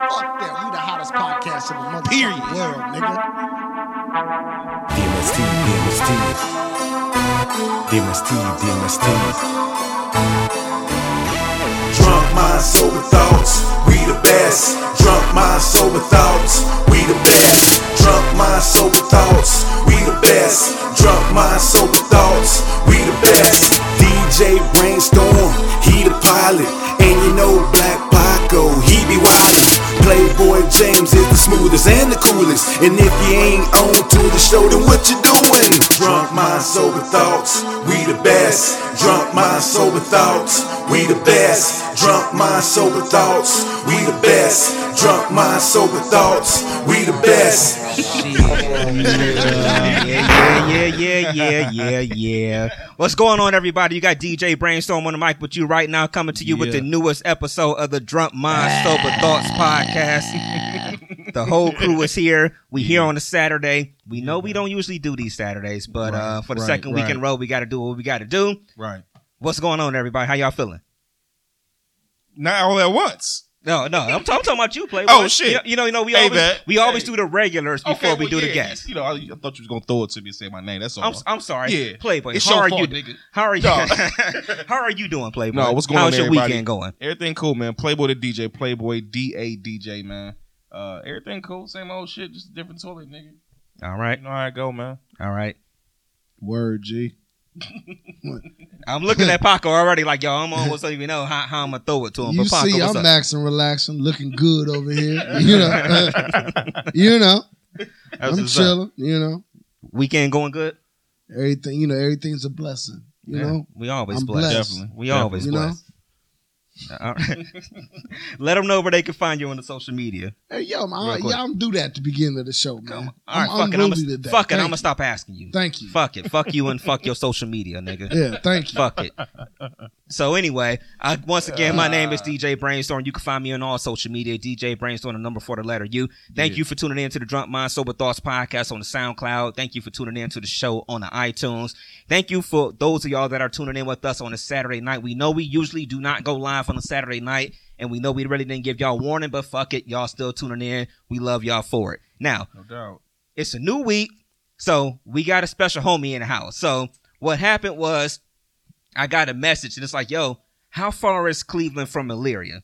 Fuck that. We the hottest podcast in the mother Period. world, nigga. DMST, DMST. DMST, DMST. Drunk mind, sober thoughts, we the best. Drunk mind, sober thoughts, we the best. Drunk mind, sober thoughts, we the best. Drunk mind, sober thoughts, we the best. DJ Brainstorm, he the pilot. And you know Black Paco, he be wildin'. Playboy James is the smoothest and the coolest. And if you ain't on to the show, then what you doing? Drunk mind, sober thoughts, we the best. Drunk mind, sober thoughts, we the best. Drunk mind, sober thoughts, we the best. Drunk mind, sober thoughts, we the best. Yeah, yeah, yeah, yeah, yeah, yeah, yeah. What's going on, everybody? You got DJ Brainstorm on the mic with you right now, coming to you with the newest episode of the Drunk Mind Ah. Sober Thoughts podcast. the whole crew is here. We here on a Saturday. We know we don't usually do these Saturdays, but uh, for the right, second week in a right. row, we got to do what we got to do. Right. What's going on, everybody? How y'all feeling? Not all at once. No, no, I'm, t- I'm talking about you, Playboy. Oh, shit. You, you know, you know, we Hey, always man. we always Hey. do the regulars before we do the guests. You know, I, I thought you was gonna throw it to me and say my name. That's all. I'm, I'm sorry. Yeah. Playboy. It's how your are fault, you? nigga. How are you? No. how are you doing, Playboy? No, what's going How's on, your everybody? weekend going? everything cool, man. Playboy the DJ, Playboy D A DJ, man. Uh, everything cool, same old shit, just a different toilet, nigga. All You right, know how I go, man. all right. Word, G. I'm looking at Paco already, like yo, I'm almost don't even know how, how I'm gonna throw it to him. You but Paco, see, I'm what's up? maxing, relaxing, looking good over here. You know, you know, That's I'm what's up. chilling. You know, Weekend going good. everything. You know, everything's a blessing. You Yeah, know, we always I'm blessed. blessed. Definitely. We Definitely. always You know? blessed. All right. Let them know where they can find you on the social media. hey yo, man, I, Real quick. yeah, I'm do that at the beginning of the show, man. All I'm right, fuck it. I'm unruly gonna, today. fuck it. Thank I'm gonna stop asking you. you. Thank you. Fuck it. Fuck you and fuck your social media, nigga. Yeah, thank you. Fuck it. So anyway, I, once again, my name is DJ Brainstorm. You can find me on all social media, DJ Brainstorm, the number for the letter U. Thank you for tuning in to the Drunk Mind Sober Thoughts podcast on the SoundCloud. Thank you for tuning in to the show on the iTunes. Thank you for those of y'all that are tuning in with us on a Saturday night. We know we usually do not go live on a Saturday night, and we know we really didn't give y'all warning, but fuck it, y'all still tuning in. We love y'all for it. Now, No doubt. it's a new week, so we got a special homie in the house. So what happened was I got a message and it's like, yo, how far is Cleveland from Elyria?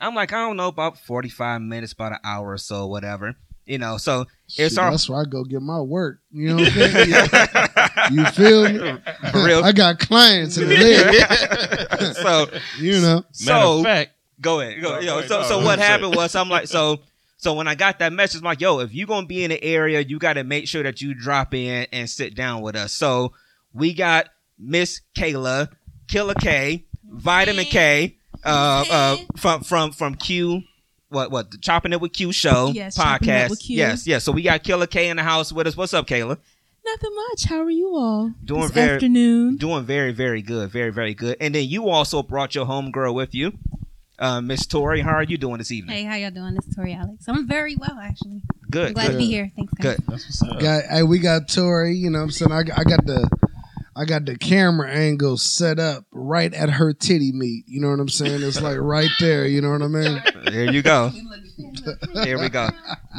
I'm like, I don't know, about 45 minutes, about an hour or so, whatever. You know, so Shit, our- That's where I go get my work. You know what I'm saying? Yeah. You feel me? for real. I got clients in there. so You know, Matter so of fact, go ahead. Go, No, yo, go ahead. so No, so no, what I'm sorry. happened was I'm like, so so when I got that message, I'm like, yo, if you're gonna be in the area, you gotta make sure that you drop in and sit down with us. So we got Miss Kayla, Killer K, Vitamin K, uh, uh from from from Q what what the chopping it with Q show Yes, Chopping It podcast. with Q. Yes, yes. So we got Killer K in the house with us. What's up, Kayla? Nothing much. How are you all? Doing this very- Mm-hmm. afternoon. Doing very, very good. Very, very good. And then you also brought your homegirl with you. Uh, Miss Tori, how are you doing this evening? Hey, how y'all doing? It's Tori Alex. I'm very well, actually. I'm Good. glad to good. be here. Thanks, guys. Good. that's what's up. got hey, we got Tori. You know, what I'm saying I, I got the. I got the camera angle set up right at her titty meat. You know what I'm saying? It's like right there. You know what I mean? There you go. There we go.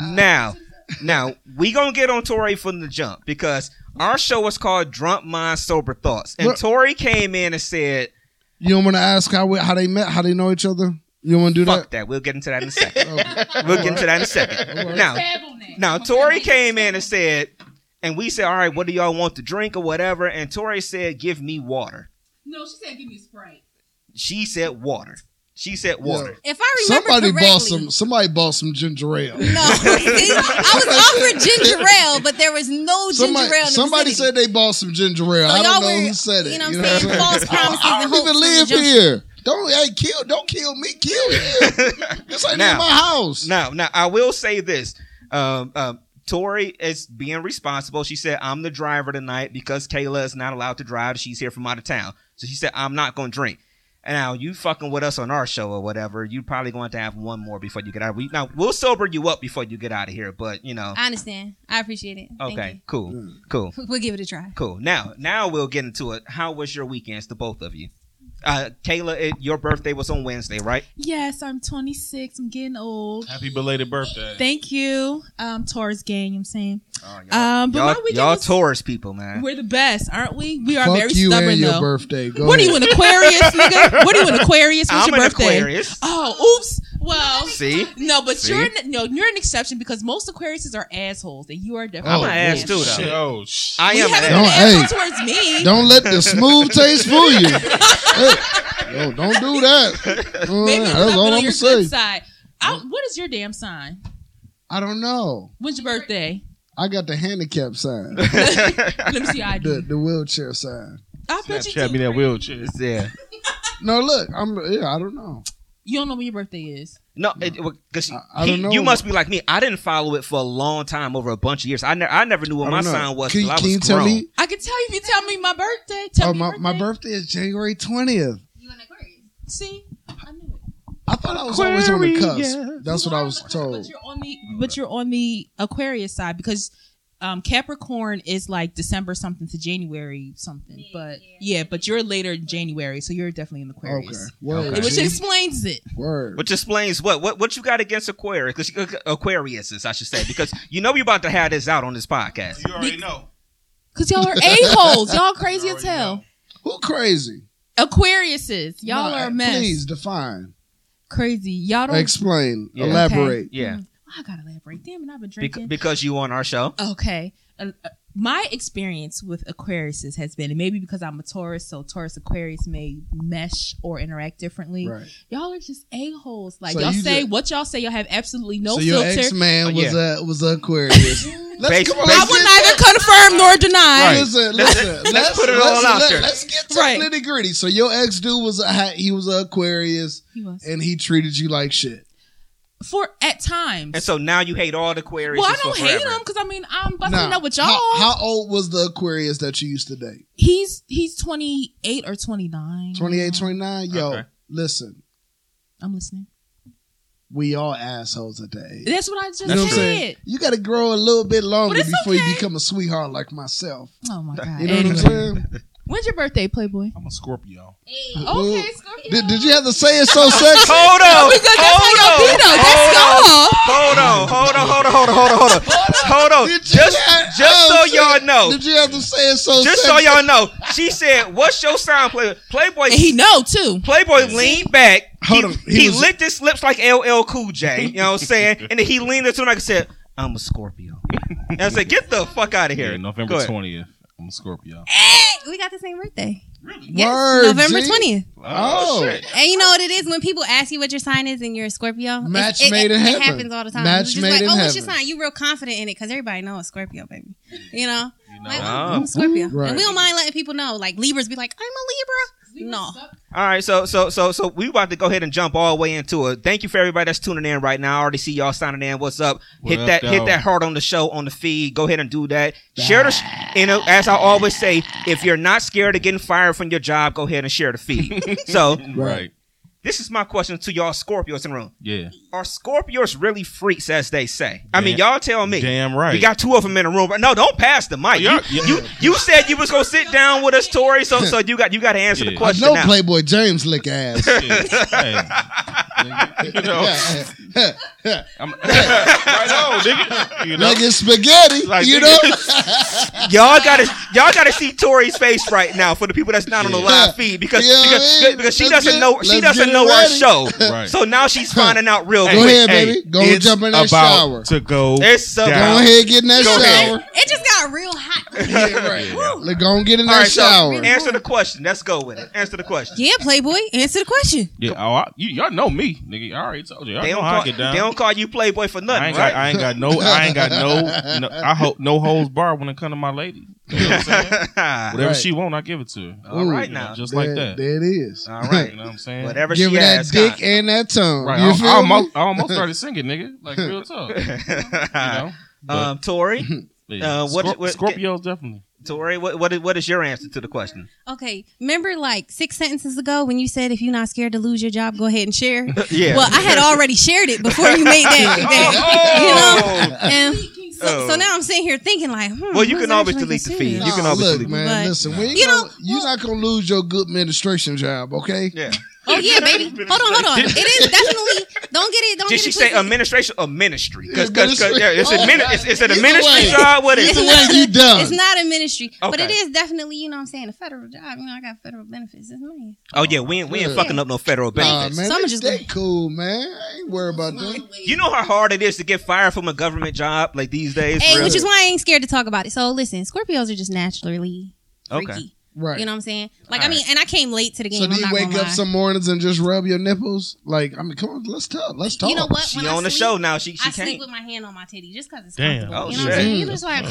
Now, now we gonna get on Tori from the jump because our show is called Drunk Mind Sober Thoughts, and Look- Tori came in and said, You don't want to ask how we, how they met, how they know each other. You want to do "Fuck that." We'll get into that in a second. that? Okay. We'll get into that in a second. Alright. Now, now Tori came in and said, and we said, "All right, what do y'all want to drink or whatever?" And Tori said, "Give me water." No, she said, give me a sprite. She said, "Water." She said, "Water." If I remember Somebody correctly, bought some. Somebody bought some ginger ale. No, I was offered ginger ale, but there was no Somebody, ginger ale. In the somebody vicinity. said they bought some ginger ale. So I y'all don't know were- who said it. You know what You I'm know saying? what I'm False promises I and don't hopes. even live here. Don't hey kill. Don't kill me. Kill you. this ain't Now. in my house. Now, now I will say this. Um, um, Tori is being responsible. She said, "I'm the driver tonight because Kayla is not allowed to drive. She's here from out of town." So she said, "I'm not going to drink." And now you fucking with us on our show or whatever. You probably going to have one more before you get out. We, now we'll sober you up before you get out of here. But you know, I understand. I appreciate it. Thank okay, cool, Mm. cool, you. We'll give it a try. cool. Now, now we'll get into it. How was your weekends, the both of you? Uh, Kayla, it, your birthday was on Wednesday, right? Yes, I'm 26. I'm getting old. Happy belated birthday. Thank you, um, Taurus gang. You know what I'm saying. Oh, y'all- Um, but y'all my weekend y'all was- Taurus people, man. we're the best, aren't we? We are Fuck very you stubborn and your though. birthday. Go what are ahead. you an Aquarius, nigga? What are you an Aquarius? What's I'm your an birthday? Aquarius. Oh, oops. Well, See? no, but See? you're an, no, you're an exception because most Aquariuses are assholes, and you are Oh, definitely. I'm an ass one. too, though. Shit. Oh, shit. I You am. haven't An been No, ass. an asshole hey. towards me. Don't let the smooth taste fool you. Hey, yo, don't do that. Oh, yeah, Maybe it's that's not all on I'm your saying. good side. I, what is your damn sign? I don't know. When's your birthday? I got the handicap sign, Let me see. I the, do. the wheelchair sign. I bet you Snapchat me do. that wheelchair. yeah. No, look, I'm yeah, I don't know. You don't know when your birthday is. No, because I- I don't know. you must be like me. I didn't follow it for a long time, over a bunch of years. I never, I never knew what I my don't know. sign was. Can, till I was can you grown. tell me? I can tell you if you tell me my birthday. Tell Oh, me my, your my birthday is January twentieth. See, I knew it. I thought I was always on the cusp. That's You what I are was on the- told. But you're on the but you're on the Aquarius side because um, Capricorn is like December something to January something. But yeah, but you're later in January, so you're definitely in Okay, Aquarius. word, Okay. Which G. explains it. word. Which explains what what what you got against Aquarius, uh, Aquariuses, I should say, because you know you're about to have this out on this podcast. You already know. Cause y'all are a-holes. Y'all crazy as hell. Who crazy? Aquariuses. Y'all No, are a uh, mess. Please define, Crazy. Y'all don't explain, Yeah. elaborate. Yeah, I gotta elaborate. Damn it, I've been Mm, drinking. Bec- because you on our show. Okay. Uh, uh, my experience with Aquariuses has been, and maybe because I'm a Taurus, so Taurus Aquarius may mesh or interact differently. Right. Y'all are just a-holes. Like, So y'all you say ju- what y'all say, y'all have absolutely no so your filter. ex man Oh, was yeah. a was a Aquarius. Bas- let's come on, bas- I let's will get- neither confirm nor deny. Right. Listen, Let's- listen. let's put it all out there. Let's get to Right. the nitty gritty. So your ex dude was a ha- he was a Aquarius He was. and he treated you like shit. For at times. And so now you hate all the Aquariuses. well, I don't for hate forever. him because I mean I'm busting Now, up with y'all. How, how old was the Aquarius that you used to date? he's he's 28 or 29. 28, 29? Yo, Okay. listen, I'm listening. we all assholes at that age. That's what I just You know what I'm said. saying? You got to grow a little bit longer But it's before okay. you become a sweetheart like myself. Oh my god. You know Anyway. what I'm saying? When's your birthday, Playboy? I'm a Scorpio. Ooh. Okay, Scorpio. Did, did you have to say it so sexy? Hold on. Because that's how hold y'all on. be though. That's hold on. y'all. Hold on. Hold on. Hold on. Hold on. Hold on. Hold on. Hold on. Did you Just have- just so I'm saying, y'all know. Did you have to say it so Just sexy? so y'all know. She said, "What's your sign, Playboy?" Playboy. And he know too. Playboy leaned back. Hold he on, he, he was- licked his lips like LL Cool J. You know what I'm saying? and then he leaned into the mic and said, "I'm a Scorpio." And I said, "Get the fuck out of here." Yeah, Go November ahead. 20th. I'm a Scorpio. We got the same birthday. Really? Word, November G. 20th. Oh, And you know what it is when people ask you what your sign is and you're a Scorpio. it's- Match it, made it, in heaven. It happens all the time. Match It's just made like, in oh, what's your heaven. sign? You real confident in it because everybody knows it's Scorpio, baby. You know, like, oh, Ah. I'm a Scorpio, Right. and we don't mind letting people know. Like Libras, be like, I'm a Libra. No, All right, so so so so we about to go ahead and jump all the way into it. Thank you for everybody that's tuning in right now. I already see y'all signing in. What's up? hit What that up, hit though? that heart on the show on the feed. Go ahead and do that. Share the sh- you know as I always say, if you're not scared of getting fired from your job, go ahead and share the feed. so Right. this is my question to y'all Scorpios in the room: Yeah. Are Scorpios really freaks as they say? I mean, Damn- y'all tell me. Damn right. You got two of them in a room. No, don't pass the mic. You, Y'all- yeah. you, you said you was gonna sit down with us, Tori. So, so you got you got to answer the Yeah. I question know now. Playboy James lick ass. Hey. you know, I'm, right on, nigga. You know, Like it's spaghetti, Like, you know? nigga. Y'all gotta y'all gotta see Tori's face right now for the people that's not on the Yeah. live feed because You know what because, I mean? because she Let's doesn't get- know she let's doesn't get know our ready. show. Right. So now she's finding out real Go quick. ahead, baby. Go it's jump in that about shower. To go. It's so Go down. ahead, get in that Go ahead. shower. it just got real hot. Like, Go on, get in All that right, so shower. answer the question. Let's go with it. Answer the question. yeah, Playboy, answer the question. Yeah, oh, I, you, y'all know me, nigga. I already told you. Y'all They know don't, how call, I get down. they don't call you Playboy for I nothing, ain't, right? got, I ain't got no. I ain't got no. no I hope no holes bar when it come to my lady. You know what I'm saying? Whatever Right. she want, I give it to her. All right Ooh, You know, now. just There- like that. There it is. All Right. You right. know what I'm saying? Whatever Give she her that asks. dick and that tongue. Right. you I, feel I me? almost, I almost started singing, nigga. Like real talk. You know. But, um, Tori, yeah. uh, what- Scorp- what- Scorpios definitely. Tori, what, what is what is your answer to the question? Okay, remember like six sentences ago when you said if you're not scared to lose your job, go ahead and share. Yeah. Well, I had already shared it before you made that. that Oh, you know, and So, so now I'm sitting here thinking like, hmm, Well, you who's can always actually delete the considered? feed. You can Nah, always look, delete- man. But- listen, we ain't You gonna, know- you're not gonna lose your good administration job, okay? Yeah. Oh yeah, baby. Hold on, hold on. It is definitely. Don't get it. Don't Did get she it say twisted. administration or ministry? Because yeah, it's, Administration. Oh, admini- it's, it's an Either way. administration job. What is Either it? way, you done. It's not a ministry, but it Okay. is definitely. You know, what I'm saying a federal job. You know, I got federal benefits. It's nice. Oh yeah, we ain't, we ain't Yeah. fucking up no federal Nah, benefits. man, Someone they, just- they cool, man. I ain't worried about them. You know how hard it is to get fired from a government job like these days. Hey, really? which is why I ain't scared to talk about it. So listen, Scorpios are just naturally Okay. freaky. Right. You know what I'm saying? Like I All mean, and I came late to the game. so do I'm you not wake gonna up lie. some mornings and just rub your nipples? Like, I mean, come on, let's talk. Let's talk. You know what? she When I on the sleep, show now. She she I sleep can't. with my hand on my titty just because it's Damn. comfortable. Oh, you know what I'm saying? shit. You're just like,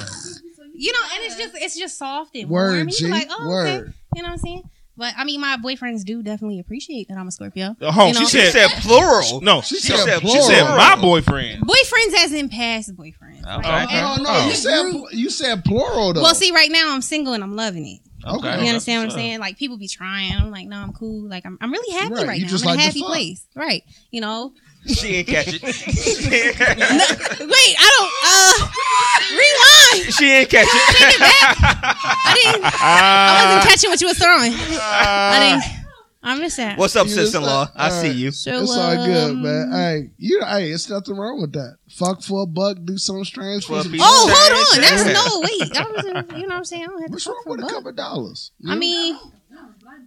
you know, and it's just it's just soft and Word, warm. And G. You're like, oh, okay. Word. You know what I'm saying? But I mean, my boyfriends do definitely appreciate that I'm a Scorpio. Oh, You know? she She said, said plural. no. She She, said said, she plural. said my boyfriend. boyfriends as in past boyfriends. right? Okay. No, no, Oh. you said pl- you said plural though. Well, see, right now I'm single and I'm loving it. okay. You understand what I'm saying? Like people be trying. I'm like, no, I'm cool. Like I'm, I'm really happy Right, right, you now. just I'm in like to a happy fuck. place. Right. You know. She didn't catch it. Wait, I don't. Uh, rewind. she didn't catch Take it it. back. I didn't. I wasn't catching what you was throwing. I didn't. I missed that. What's up, You just- sister-in-law? I all see right. you. So, it's all good, uh, um, man. Hey, you, hey, it's nothing wrong with that. Fuck for a buck, do something strange for For a some. piece. Oh, hold on. Yeah. That's no wait. That was, a- you know what I'm saying. I don't have to What's fuck wrong for with a buck. couple dollars? I mean,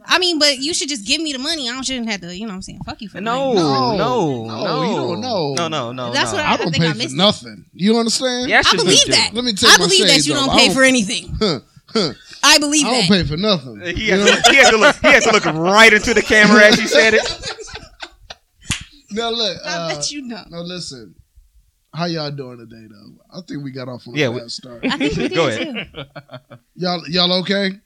I mean, but you should just give me the money. I don't shouldn't have to. You know what I'm saying. Fuck you for No, no, money. No. no, No, you don't know. No, no, no. That's no. what I don't I think pay I for missed it. nothing. You understand? Yeah, I she believe do. that. Let me take I my believe shades that you off. don't I pay don't- for anything. Huh, huh. I believe I don't that. pay for nothing. He You had, know? to, he, had to look, he had to look right into the camera as he said it. Now look, I uh, bet you know. now listen. How y'all doing today though? I think we got off on Yeah, a we- bad start. I think we did Go too. Y'all, y'all okay? okay.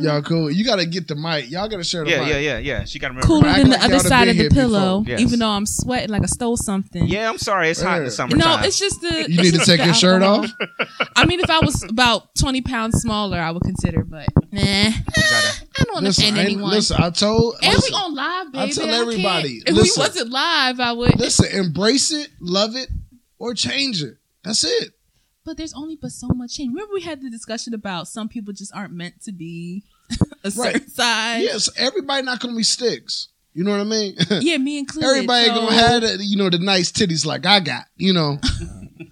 Y'all cool? You gotta get the mic. Y'all gotta share the Yeah, mic. yeah, yeah, yeah. She got to remember. cooler Act than like the y'all other done side been of here the before. pillow, Yes. even though I'm sweating like I stole something. Yeah, I'm sorry. It's hot in the Yeah. summertime. No, it's just the. You it's need to just take the your shirt alcohol. off. I mean, if I was about 20 pounds smaller, I would consider, but nah. I You gotta- don't Listen, understand I, ain't- anyone. listen. I told. and listen, we on live, baby. I tell can't- everybody, If listen. we wasn't live, I would. listen, embrace it, love it, or change it. That's it. But there's only but so much change. Remember, we had the discussion about some people just aren't meant to be a certain size. Yes, everybody not gonna be sticks. You know what I mean? Yeah, me included. everybody so- gonna have the, you know the nice titties like I got. You know.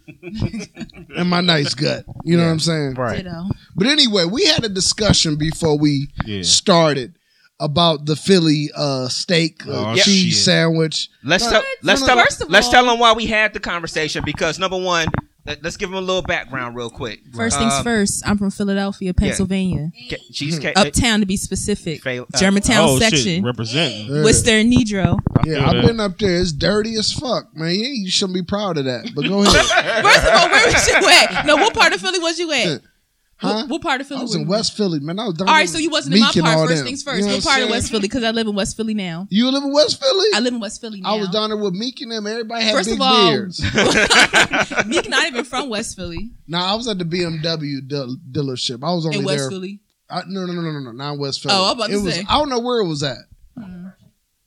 and my nice gut. You know what I'm saying? Right. Ditto. But anyway, we had a discussion before we Yeah. started about the Philly uh, steak uh, Oh, cheese shit. sandwich. Let's What? tell let's No, tell no, first of let's all- tell them why we had the conversation because number one, let, us give them a little background real quick. First things Um, first, I'm from Philadelphia, Pennsylvania. Ca- Cheesecake. Uptown to be specific. Fail- uh, Germantown oh, Shit. section. Representing. Yeah. Worcester and Nedro. Yeah, I've been up there. It's dirty as fuck, man. You, you shouldn't be proud of that. But go ahead, First of all, where was you at? No, what part of Philly was you at? huh? What part of Philly I was were in you West Philly, man. I was down All right, there so you wasn't in my Meek and all part. First them. things You first. know what part of I'm West saying? Philly? Because I live in West Philly now. You live in West Philly? I live in West Philly now. I was down there with Meek and them. Everybody had First big of all, beards. Meek not even from West Philly. nah, I was at the BMW deal- dealership. I was only In West there. Philly, I, no, no, no, no, no, not West Philly. Oh, I'm about it to was, say. I don't know where it was at.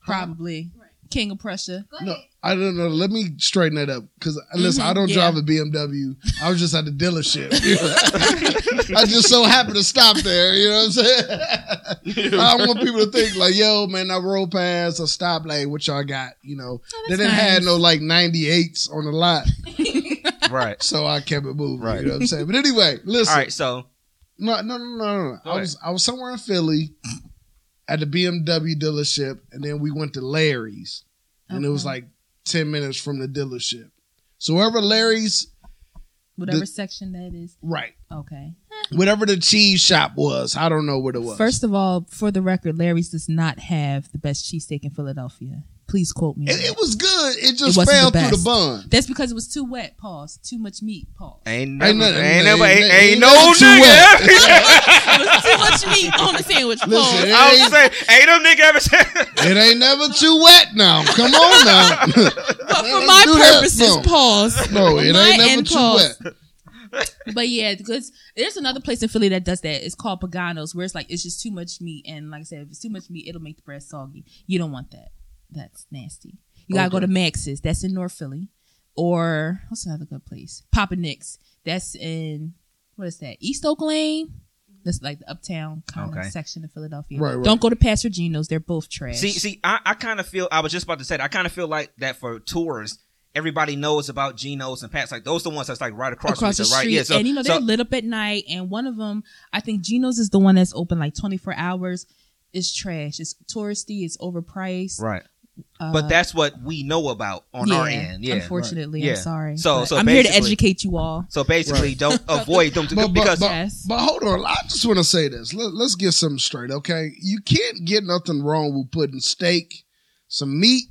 probably. King of Prussia. No, I don't know. Let me straighten that up because listen, I don't yeah. drive a BMW. I was just at the dealership. I just so happened to stop there. You know what I'm saying? I don't want people to think like, "Yo, man, I rolled past or stopped. Like, what y'all got? You know, they didn't have no like 98s on the lot, right. so I kept it moving. You know what I'm saying? But anyway, listen. All right. So No, no, no, no, no. Go I ahead. was I was somewhere in Philly at the BMW dealership, and then we went to Larry's, and it was Okay. like ten minutes from the dealership. So wherever Larry's, Whatever The- section that is. right, Okay. whatever the cheese shop was, I don't know what it was. First of all, for the record, Larry's does not have the best cheesesteak in Philadelphia. Please quote me. on it, that. it was good. It just wasn't fell the through the best. bun. That's because it was too wet. Pause. Too much meat. Pause. ain't Ain't never- nothing- ain't ain't never- ain't nothing- ain't ain't no nothing too nigga. It was too much meat on the sandwich. Pause. Listen, it I was ain't, saying, ain't no nigga ever said. it ain't never too wet now. Come on now. but for let's my do that. purposes, No. pause. no, it My ain't never end too pause. wet. But yeah, because there's another place in Philly that does that. It's called Pagano's, where it's like it's just too much meat, and like I said, if it's too much meat, it'll make the bread soggy. You don't want that. That's nasty. You gotta go to Max's. That's in North Philly. or what's another good place? Papa Nick's. That's in what is that? East Oak Lane. That's like the uptown kind Okay. of section of Philadelphia. Right, right. Don't go to Pastorino's. They're both trash. See, see, I, I kind of feel I was just about to say that. I kind of feel like that for tourists. Everybody knows about Geno's and Pat's. Like those the ones that's like right across, across the from each street, other, right? Yeah, so, and you know so- they're lit up at night. And one of them, I think Geno's is the one that's open like twenty four hours. It's trash. It's touristy. It's overpriced. right. Uh, But that's what we know about on our end. Yeah. Unfortunately, Yeah. I'm sorry. So- But so I'm here to basically- educate you all. So basically, don't avoid them to, But- but- because but- Yes. But hold on, I just want to say this. Let, let's get something straight, okay? You can't get nothing wrong with putting steak, some meat,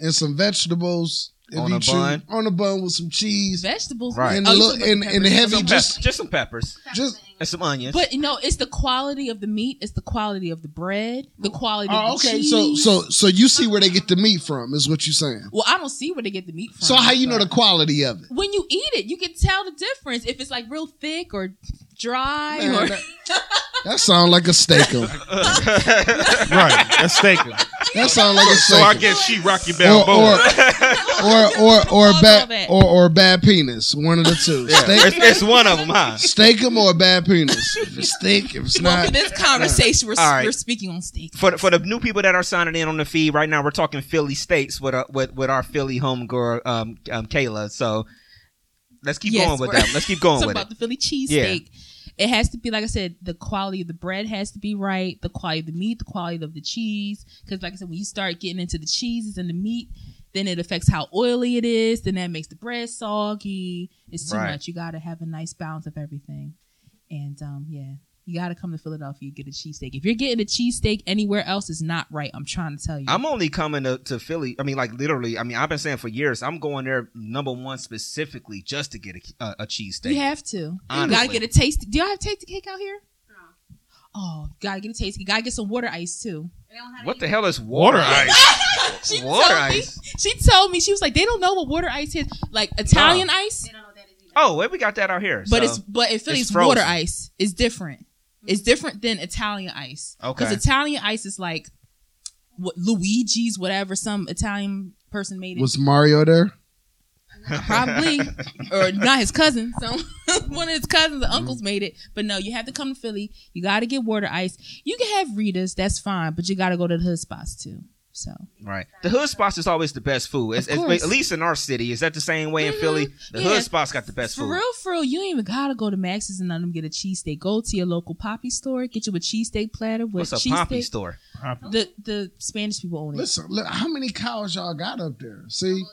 and some vegetables if On you a bun? on a bun with some cheese Vegetables Right. and Oh, a you little said and, the and heavy. some Just pep- just some peppers just and some onions. But you know, it's the quality of the meat, it's the quality of the bread, the quality oh, of the okay. cheese. So so so you see where they get the meat from is what you're saying. well, I don't see where they get the meat from. So how you know but- the quality of it? when you eat it, you can tell the difference if it's like real thick or dry Uh, Man, or that, that sounds like a steakum. right. That's taken. That sounds like a So I steak. guess she Rocky or or Balboa. or or, or All of bad it. or, or bad penis. One of the two. it's, Steak, it's one of them, huh? steak 'em or bad penis. If it's steak, if it's Well, not, for this conversation we're, All right. we're speaking on steak. For the, for the new people that are signing in on the feed right now, we're talking Philly states with our, with with our Philly homegirl um, um Kayla. So let's keep Yes, going with we're- that. Let's keep going Talking with about it. the Philly Yeah. cheesesteak. It has to be, like I said, the quality of the bread has to be right, the quality of the meat, the quality of the cheese. Because, like I said, when you start getting into the cheeses and the meat, then it affects how oily it is. Then that makes the bread soggy. It's too Right. much. You got to have a nice balance of everything. And um, yeah, you got to come to Philadelphia and get a cheesesteak. If you're getting a cheesesteak anywhere else, it's not right. I'm trying to tell you. I'm only coming to, to Philly. I mean, like literally. I mean, I've been saying for years. I'm going there number one specifically just to get a, a, a cheesesteak. You have to. You Honestly. gotta get a taste. Do y'all have tasty cake out here? Oh, gotta get a taste. You gotta get some water ice too. What the hell is water ice? She Water told ice? me. She told me she was like they don't know what water ice is, like Italian ice, Oh, wait, we got that out here. but So- it's but in Philly it's it's water frozen. ice. It's different. It's different than Italian ice. Okay. Because Italian ice is like what Luigi's, whatever some Italian person made it, was Mario there? probably, or not his cousin. So one of his cousins, the uncles made it. But no, you have to come to Philly. You got to get water ice. You can have Rita's, that's fine, but you got to go to the hood spots too. So right. The hood spots is always the best food. It's, Of it's- course. at least in our city, is that the same way in Philly? The Yeah. hood spots got the best for food. real, for real, you ain't even gotta go to Max's and let them get a cheesesteak. Go to your local poppy store, get you a cheesesteak platter with What's a poppy cheesesteak. store? The the Spanish people own it. Listen, look, how many cows y'all got up there? See,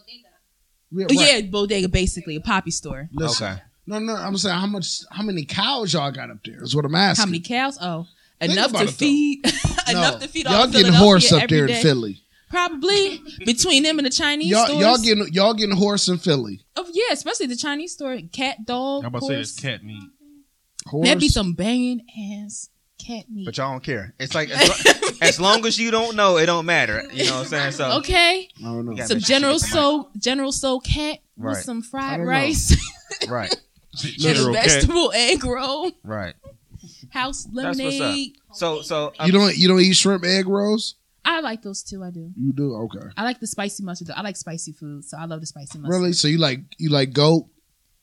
yeah, Oh, right. Yeah, bodega basically, a poppy store. Listen, Okay. no, no, I'm saying how much, how many cows y'all got up there is what I'm asking. How many cows? Oh, Think enough about to it, though. feed, No, enough to feed all y'all of getting Philadelphia horse up every there day. in Philly. Probably between them and the Chinese Y'all, stores. y'all getting, y'all getting horse in Philly. Oh yeah, especially the Chinese store. Cat dog. I'm about to say horse. this cat meat. Horse. That'd be some banging ass cat meat. But y'all don't care. It's like as, lo- as long as you don't know, it don't matter. You know what I'm saying? So okay, I don't know. You got some make sure general you get the soul, general soul cat Right. with some I fried don't know. rice. right, Get a General cat. vegetable egg roll, right. house what's up. lemonade. So so um, You don't, you don't eat shrimp egg rolls? I like those too. I do. You do, okay. I like the spicy mustard. though. I like spicy food, so I love the spicy mustard. Really? So you like, you like goat?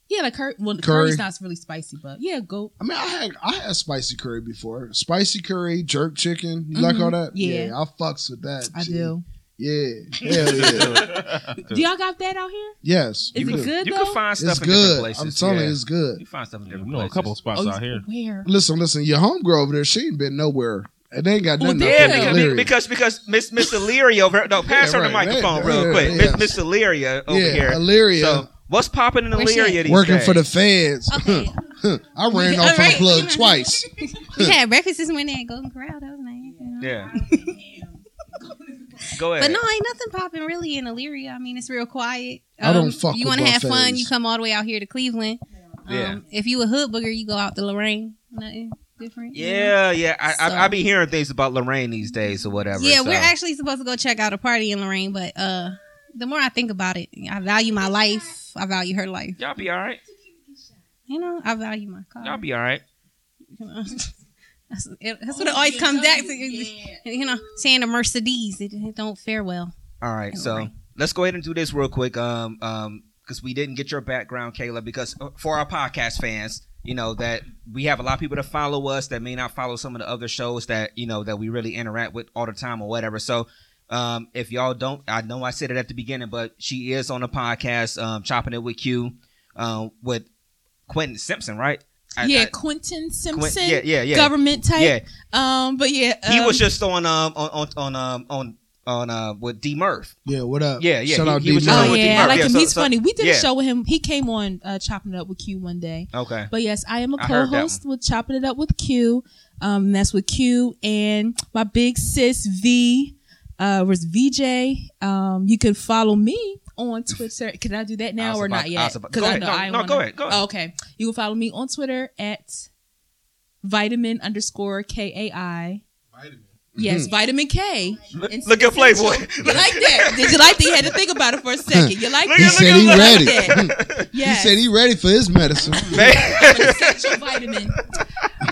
Yeah, like cur- well, the Curry. curry's not really spicy, but yeah, goat. I mean, I had I had spicy curry before. Spicy curry, jerk chicken. You like Mhm. all that? Yeah. I fucks with that. I G. do. Yeah, hell yeah. Do y'all got that out here? yes, Is we it do. good you though? can find It's stuff in different good. places. I'm telling yeah. you, it's good. you find stuff in You different know a places. couple spots oh, out here. where? Listen, listen. Your homegirl over there, she ain't been nowhere. It ain't got Well, nothing. damn, to do Yeah, with because, Leary. because because Miss Miss Illyria over here. No, pass Yeah, her the right, microphone right, real yeah, quick. yeah. Miss Miss Illyria over yeah, here. Illyria So what's popping in Where's she Illyria at? these working days? for the feds. Okay. Oh. I Oh. ran All off on the right. plug twice. We had breakfast this morning at Golden Corral. That was nice. you know. yeah. Go ahead. But no, ain't nothing popping really in Elyria. I mean, it's real quiet. Um, I don't fuck You with wanna have fun? buffets. You come all the way out here to Cleveland. Um, Yeah. If you a hood booger, you go out to Lorraine. Nothing different. you know? yeah, yeah. I, I I be hearing things about Lorraine these days or whatever. Yeah, so. we're actually supposed to go check out a party in Lorraine, but uh, the more I think about it, I value my life. I value her life. y'all be all right. You know, I value my car. Y'all be all right. you know. That's, it, that's what it always comes back to. You know, saying the Mercedes, it, it don't fare well. All right, All so right. let's go ahead and do this real quick. Um, um, because we didn't get your background, Kayla. Because uh, for our podcast fans, you know that we have a lot of people that follow us that may not follow some of the other shows that you know that we really interact with all the time or whatever. So. Um, if y'all don't, I know I said it at the beginning, but she is on the podcast, um, chopping it with Q, um, with Quentin Simpson, right? I- yeah, I- Quentin Simpson, Quentin- yeah, yeah, yeah, government type. yeah. Um, but yeah, um, he was just on um on on on um, on on uh with D Murph. Yeah, what up? Yeah, yeah, Shout he- out he was D-Murph. just Oh with yeah, Mark. I like Yeah, him. so- He's so- funny. We did yeah. a show with him. He came on uh, chopping it up with Q one day. Okay. But yes, I am I a heard that co-host with chopping it up with Q. Um, and that's with Q and my big sis V. Uh, was VJ. Um, you can follow me on Twitter. Can I do that I now was or about- not I yet? was about- Because go I ahead. know No, I no, wanna- go ahead, go ahead. Oh, okay, you can follow me on Twitter at vitamin underscore K A I. Mm-hmm. Yes, vitamin K. And Mm-hmm. Look at Playboy. You like that? Did you like that? You had to think about it for a second. You like Look He at- that? said he look ready. that. He Yes. said he ready for his medicine. Man. an essential vitamin.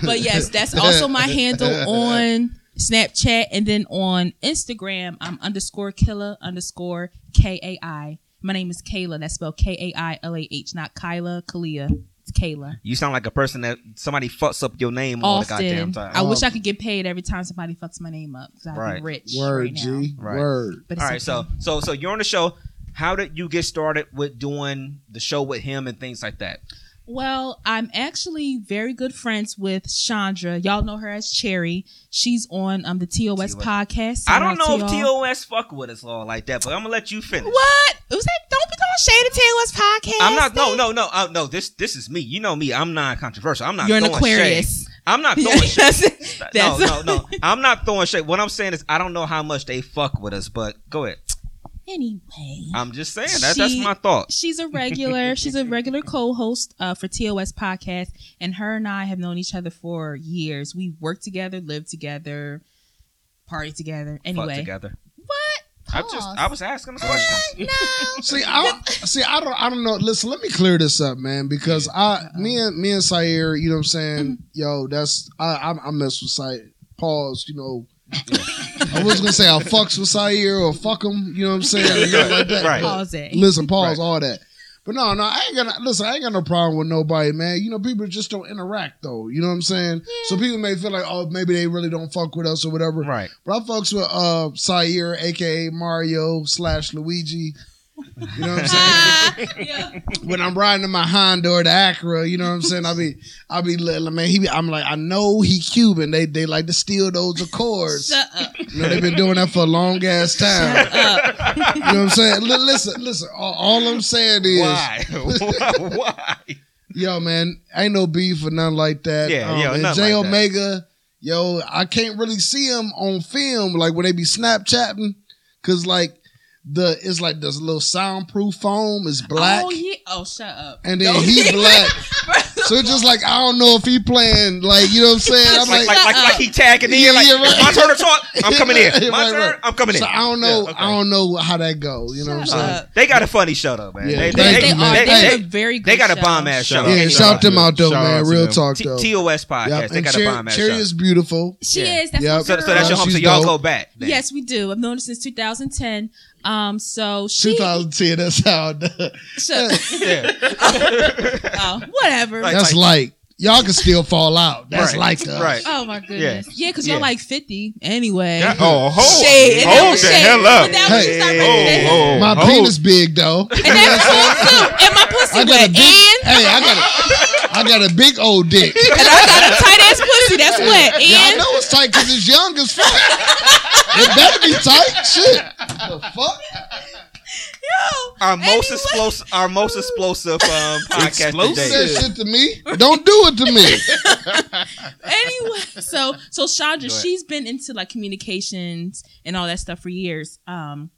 But yes, that's also my handle on Snapchat and then on Instagram. I'm underscore killer underscore K A I. My name is Kayla. That's spelled K A I L A H, not Kyla, Kalia. It's Kayla. You sound like a person that somebody fucks up your name all the goddamn Often, time. I Oh. wish I could get paid every time somebody fucks my name up because I'd Right. be rich. Word, right now. G. Right. Word. But it's all right, okay. so so so you're on the show. How did you get started with doing the show with him and things like that? Well, I'm actually very good friends with Chandra. Y'all know her as Cherry. She's on um the TOS. TOS podcast. I don't know Shout out if to y'all. TOS fuck with us all like that, but I'm gonna let you finish. What? Was that? Don't be throwing shade at TOS podcast. I'm not. No, no, no, uh, no. This this is me. You know me. I'm not controversial. I'm not. You're an throwing shade. Aquarius. I'm not throwing shade. that's no, that's- no, no. I'm not throwing shade. What I'm saying is, I don't know how much they fuck with us, but go ahead. Anyway, I'm just saying that. that's She- my thought. she's a regular. she's a regular co-host uh, for TOS podcast, and her and I have known each other for years. We worked together, lived together, party together. Anyway, Fuck together. what? I just, I was asking a question. See, I see. I don't. I don't know. Listen, let me clear this up, man. Because I, me and me and Sire, you know what I'm Mm-hmm. saying. Yo, that's I. I, I mess with Sire. Pause. You know. I was gonna say I fucks with Sire or fuck him. You know what I'm saying. Nothing like that. Right. Pause it. Listen, pause all that. But no, no, I ain't gonna listen. I ain't got no problem with nobody, man. You know, people just don't interact though. You know what I'm saying? So people may feel like, oh, maybe they really don't fuck with us or whatever. Right. But I fucks with uh Sayer, aka Mario slash Luigi. You know what I'm saying? Ah, yeah. when I'm riding in my Honda or the Acura, you know what I'm saying? I be, I be, li- man, he, be, I'm like, I know he Cuban. They, they like to steal those Accords. Shut up. You know, they've been doing that for a long ass time. Up. You know what I'm saying? Li- listen, listen. All, all I'm saying is, Why? Why? Why? yo, man, ain't no beef or nothing like that. Um, Yeah, yeah, and nothing J like that. Omega, yo, I can't really see him on film, like when they be Snapchatting, cause like the it's like this little soundproof foam is black, Oh yeah. Oh, shut up. and then he black. So it's just like I don't know if he playing, like you know what I'm saying? I'm Like, like, like, like, like he tagging in. Yeah, like, yeah, right. it's my turn to talk. I'm coming in. Yeah, right, My turn. right. I'm coming in. so I don't know, Yeah, okay. I don't know how that go. You know what I'm Shut saying? up. They got a funny shut up, man. Yeah, they, thank they, They you, man. are. they, They, they, have a very good they got a show. bomb ass Shout show. out. Yeah, Shout shout out them to out though, them. Shout out man. to Real them. talk T- though. TOS podcast. Yep, They and got a Cherry- bomb ass Cherry show. is beautiful. She Yeah. is. That's Yep. my So, so that's girl. your home. So She's y'all dope. go back. then. Yes, we do. I've known her since 2010. Um, so she. 2010. That's how. It so- Yeah. oh, whatever. Like- That's like y'all can still fall out. That's Right. like uh, us. Right. oh my goodness. Yeah, because Yeah. y'all like 50 anyway. Yeah, oh, hold, Shade. And that hold was the shade. hell up. But that was just not Hey. really- Oh, My hold. penis big though. And that's cool too. And my pussy I got a wet. big. And, Hey, I got a. I got a big old dick. and I got a tight ass pussy. That's wet. And Yeah, I know it's tight because it's young as fuck. it better be tight. Shit. The fuck? yo, Our most Anyway. explosive, our most explosive um, podcast You today. said shit to me. Don't do it to me. anyway, so so Chandra, Go ahead. she's been into like communications and all that stuff for years. Um,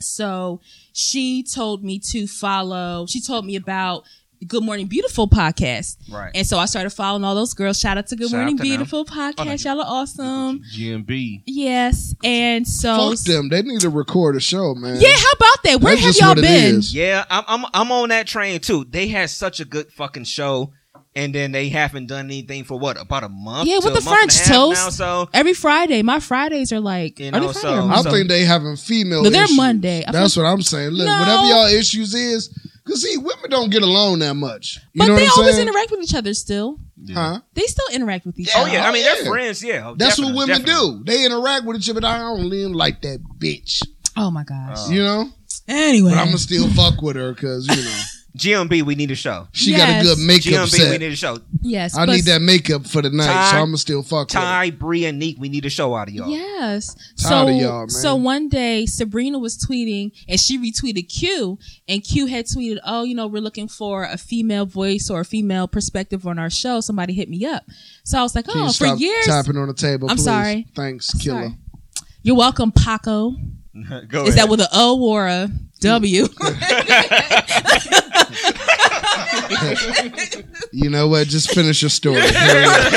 so she told me to follow. She told me about the Good Morning Beautiful podcast, Right. and so I started following all those girls. Shout out to Good Shout out Morning to them. Oh, Beautiful podcast. Y'all Um, are awesome. GMB. Yes, and so Fuck them. They need to record a show, man. yeah, how about that? Where That's have just y'all what it been? is. Yeah, I'm, I'm I'm on that train too. They had such a good fucking show, and then they haven't done anything for what about a month? Yeah, to with a the month and a French half now, toast. so Every Friday, my Fridays are like You you know, Friday or so- I Monday? think they having female. No, they're issues. Monday. I That's what I'm saying. Look, No. whatever y'all issues is, Cause see, women don't get along that much. You But know they what I'm always saying? interact with each other still. huh? They still interact with each Oh other. yeah, I mean they're yeah. friends. Yeah, oh, That's definitely, what women definitely. do. They interact with each other. I don't lean like that bitch. Oh my gosh. Uh, You know. anyway. But I'm gonna still fuck with her because you know GMB, we need a show. she got a Yes. good makeup GMB, we set. need a show. yes. I but- need that makeup for the night, so Ty- I'm gonna still fuck Ty, Bree, and Neek, we need a show out of y'all. Yes. Tired So of y'all, man. so one day Sabrina was tweeting and she retweeted Q and Q had tweeted, "Oh, you know, we're looking for a female voice or a female perspective on our show. Somebody hit me up." So I was like, with her. Can you "Oh, for stop years." tapping on the table. I'm please? sorry. Thanks, I'm killer. sorry. You're welcome, Paco. Go Is ahead. that with a O or a W? You know what? Just finish your story. Hurry up.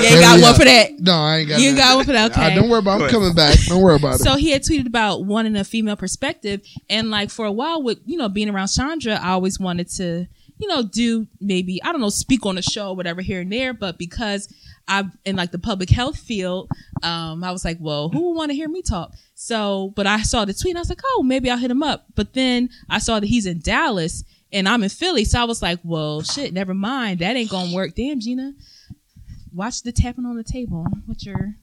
you ain't got Hurry one up. for that. No, I ain't got. You nothing. got one for that. Okay. Ah, don't worry about. it. I'm Good. coming back. Don't worry about it. So he had tweeted about wanting a female perspective, and like for a while, with you know being around Chandra, I always wanted to you know do maybe I don't know speak on a show, or whatever here and there. But because I'm in like the public health field, um, I was like, well, who would want to hear me talk? So, but I saw the tweet, and I was like, oh, maybe I'll hit him up. But then I saw that he's in Dallas. And I'm in Philly, so I was like, "Well, shit, never mind. That ain't gonna work." Damn, Gina, watch the tapping on the table. What's your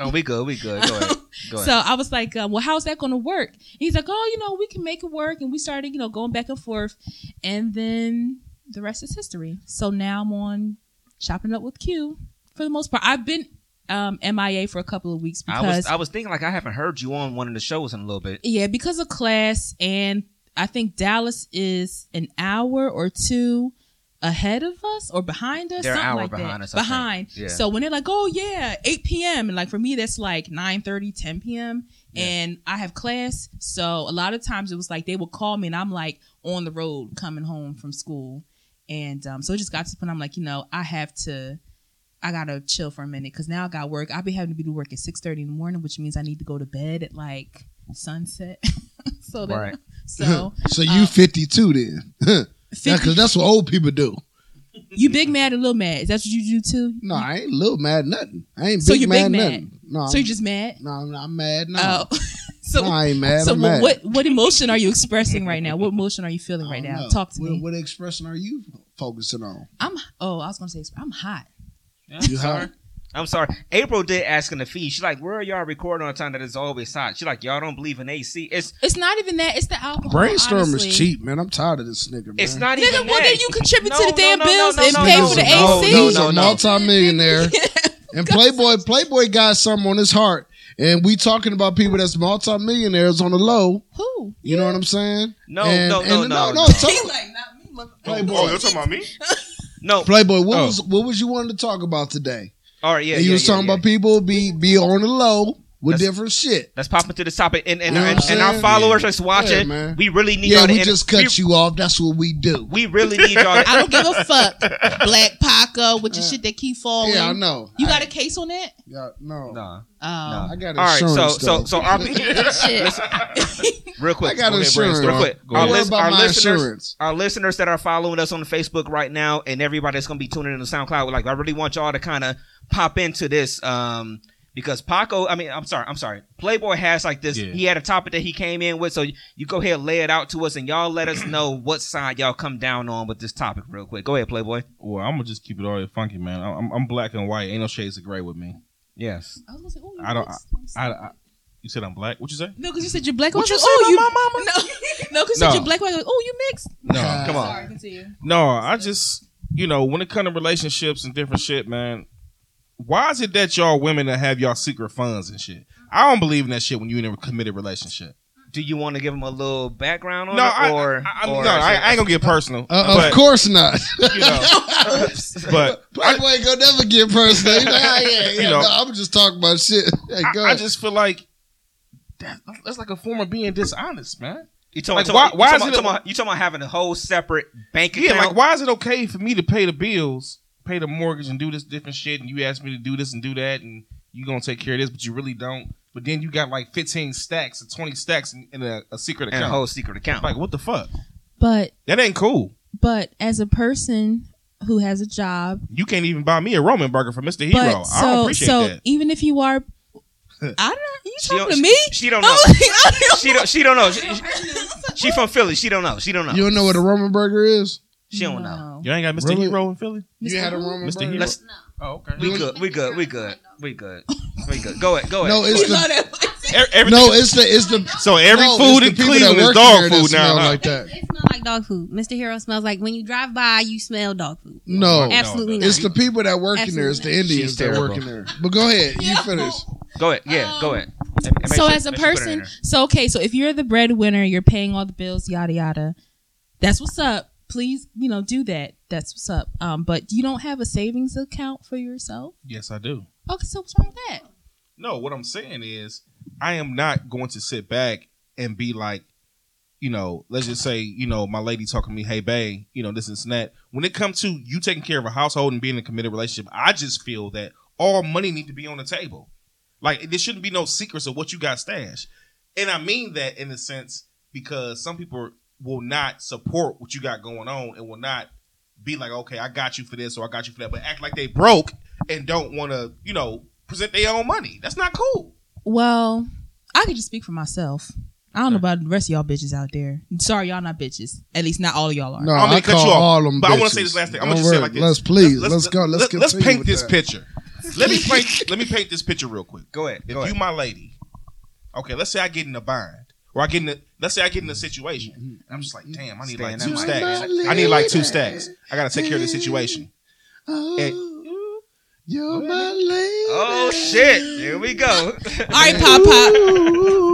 Oh, we good. We good. Go ahead. Go ahead. so I was like, um, well, how's that going to work? And he's like, oh, you know, we can make it work. And we started, you know, going back and forth. And then the rest is history. So now I'm on shopping up with Q for the most part. I've been um, MIA for a couple of weeks I because, was I was thinking like I haven't heard you on one of the shows in a little bit. yeah, because of class. And I think Dallas is an hour or two ahead of us or behind us They're an something hour like behind that us, I think. behind Yeah. so when they're like oh yeah 8 p.m and like for me that's like 9 30 10 p.m and I have class. So a lot of times it was like they would call me and I'm like on the road coming home from school. And um, so it just got to the point I'm like, you know, I have to, I gotta chill for a minute because now I got work. I'll be having to be to work at 6:30 in the morning, which means I need to go to bed at like sunset. so that, Right. so uh, So you 52 then? Because 50, that's what old people do. you big mad and little mad. Is that what you do too? No, I ain't little mad nothing. I ain't big So you're mad big mad. nothing. No, So I'm- you're just mad. no, I'm not mad. Um, No, Oh, so. no, I ain't mad. so I'm what- mad. what what emotion are you expressing right now? What emotion are you feeling I right don't now? know. Talk to what, me. What expression are you focusing on? I'm oh, I was gonna say I'm hot. You hot? I'm sorry. April did ask in the feed. She's like, "Where are y'all recording on a time that is always hot?" She's like, "Y'all don't believe in AC." It's It's not even that. It's the alcohol. Brainstorm Oh, honestly. is cheap, man. I'm tired of this nigga. Man. it's not Nigga, even. well, that. then you contribute No, to the no, damn no, bills no, no, and no, pay no, for the no, AC. no, He's no, a no. multimillionaire. and Playboy, Playboy got something on his heart. And we talking about people that's multimillionaires on the low. Who? You know what I'm saying? No, and, no, no, and no, no, no. talk- like, not me, motherfucker. Playboy. Oh, you're talking about me? No. Playboy, what Oh. was what was you wanting to talk about today? All right. Yeah. and you yeah, was yeah, talking yeah. about people be be on the low with That's- different shit. Let's pop into the topic, and and, You know and, what I'm and our saying? followers that's Yeah, watching, man. we really need Yeah, y'all. to we inter- just cut we- you off. That's what we do. We really need y'all. To, I don't give a fuck. Black Paco with your shit that keep falling. Yeah, I know. You I- got a case on that? yeah, no. nah. Oh. I got All right. insurance. So so though. so our real quick. I got Okay, Brandon, insurance. Real quick. Don't Our, worry lis- about our my listeners. insurance. Our listeners that are following us on Facebook right now, and everybody that's gonna be tuning in to SoundCloud, like I really want y'all to kind of pop into this. Um, because Paco, I mean, I'm sorry, I'm sorry. Playboy has like this. Yeah. He had a topic that he came in with, so you, you go ahead, lay it out to us, and y'all let us know what side y'all come down on with this topic, real quick. Go ahead, Playboy. Well, I'm gonna just keep it all funky, man. I- I'm, I'm black and white. Ain't no shades of gray with me. Yes. I was gonna say, oh, I don't- I, I you said I'm black. What you say? no, because you said you're black. What I you was say like, about oh, you, No, no, because you No. said you're black. I was like, oh, you mixed. No, Uh, Come on. Sorry, continue. no. I just you know when it comes to relationships and different shit, man. Why is it that y'all women that have y'all secret funds and shit? I don't believe in that shit when you in a committed relationship. Do you want to give him a little background on No, it, I, or, I, I, or no, I, I ain't gonna get personal. Uh, but, of course not. you know, but I, Playboy gonna never get personal. He's like, "Ah, yeah, yeah, You know. no, I'm just talking about shit. Hey, I- go I ahead. just feel like that, that's like a form of being dishonest, man. You talking, Like, talking- why- you why talking about- is it- talking about- you talking about having a whole separate bank account? Yeah, like why is it okay for me to pay the bills, pay the mortgage, and do this different shit, and you ask me to do this and do that, and you gonna take care of this, but you really don't. But then you got like 15 stacks or 20 stacks in, in a, a secret and a account. whole secret account. like what the fuck? But That ain't cool. but as a person who has a job, You can't even buy me a Roman burger for Mr. Hero. but I don't so appreciate so that. even if you are I don't. You She talking don't- to me? Oh, she don't I know. was like, I don't She don't. She don't know. She, she from Philly. She don't know. She don't know. You don't know what a Roman burger is? she don't know. You ain't got Mr. Really? Hero in Philly? You had a Roman Mr. burger? Hero? Let's. Oh, okay. We good. We good. We good. We good. We good. Go ahead. Go ahead. No, it's You know the that place. E- everything. no, it's the it's the so every no, food it's the in people that Cleveland is work dog there that food now. smell huh? Like that. It smells like dog food. Mr. Hero smells like when you drive by, you smell dog food. Oh, No, Absolutely it's not. the people that work in there. It's the Absolutely Indians She's that terrible. work in there. But go ahead, you No. finish. Go ahead. Yeah. go ahead. And- and make so sure- as a make sure you put it in person, there. so okay, so if you're the breadwinner, you're paying all the bills, yada yada. That's what's up. Please, you know, do that. That's what's up. Um, but you don't have a savings account for yourself. Yes, I do. Okay, so what's wrong with that? No, what I'm saying is, I am not going to sit back and be like, you know, let's just say, you know, my lady talking to me, hey, babe, you know, this and this and that. When it comes to you taking care of a household and being in a committed relationship, I just feel that all money need to be on the table. Like there shouldn't be no secrets of what you got stashed. And I mean that in a sense because some people will not support what you got going on and will not be like, okay, I got you for this or I got you for that, but act like they broke and don't want to, you know, present their own money. That's not cool. Well, I can just speak for myself. I don't know about the rest of y'all bitches out there. Sorry, y'all not bitches. At least not all of y'all are. No, I'm i gonna cut call you off, all them. but I want wanna to say this last thing. I'm Don't gonna just say it worry. like this. Let's please. Let's, go. Let's let, us continue paint with this that. picture. Let me paint. let me paint this picture real quick. Go ahead. If Go you ahead. my lady, okay. Let's say I get in a bind, or I get in. A, let's say I get in a situation. And I'm just like, damn, I need like Mm-hmm. Staying two out my stacks. lane. I need like two stacks. I gotta take care of this situation. Oh, you're my lady. Oh shit! Here we go. All right, pop pop.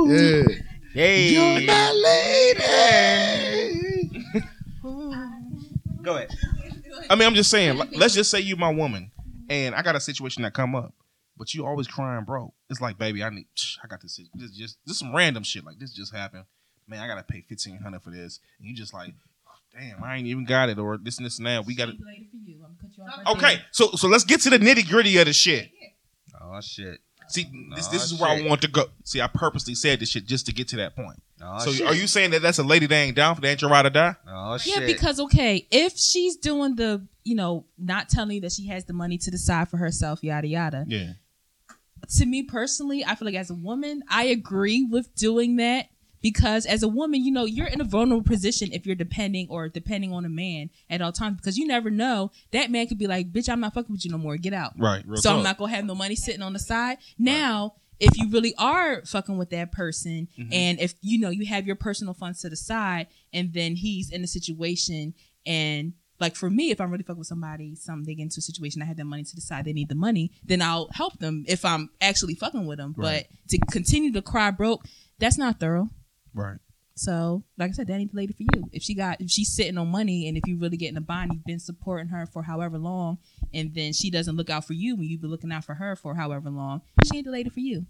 Yeah. You're Hey. my lady. Go ahead. I mean, I'm just saying. like, Let's just say you my woman, and I got a situation that come up, but you always crying broke. It's like, baby, I need. I got this. This just this some random shit. Like this just happened. Man, I gotta pay fifteen hundred for this, and you just like, damn, I ain't even got it, or this and this and that. We got to Okay, so so let's get to the nitty gritty of the shit. Oh shit. See, this, Aw, this is where I shit. want to go. See, I purposely said this shit just to get to that point. Oh so, shit. are you saying that that's a lady that ain't down for that ain't your ride or die? Oh shit. Yeah, because okay, if she's doing the, you know, not telling you that she has the money to decide for herself, yada yada. Yeah. To me personally, I feel like as a woman, I agree with doing that because as a woman, you know, you're in a vulnerable position if you're depending or depending on a man at all times because you never know that man could be like, "Bitch, I'm not fucking with you no more. Get out." Right. Real so talk. I'm not gonna have no money sitting on the side. Now, if you really are fucking with that person, Mm-hmm. and if you know you have your personal funds to the side, and then he's in a situation, and like for me, if I'm really fucking with somebody, some they get into a situation, I have that money to the side, they need the money, then I'll help them if I'm actually fucking with them. Right. But to continue to cry broke, that's not thorough. right. So, like I said, that ain't the lady for you. If she got, if she's sitting on money, and if you really get in a bond, you've been supporting her for however long, and then she doesn't look out for you when you've been looking out for her for however long, she ain't the lady for you.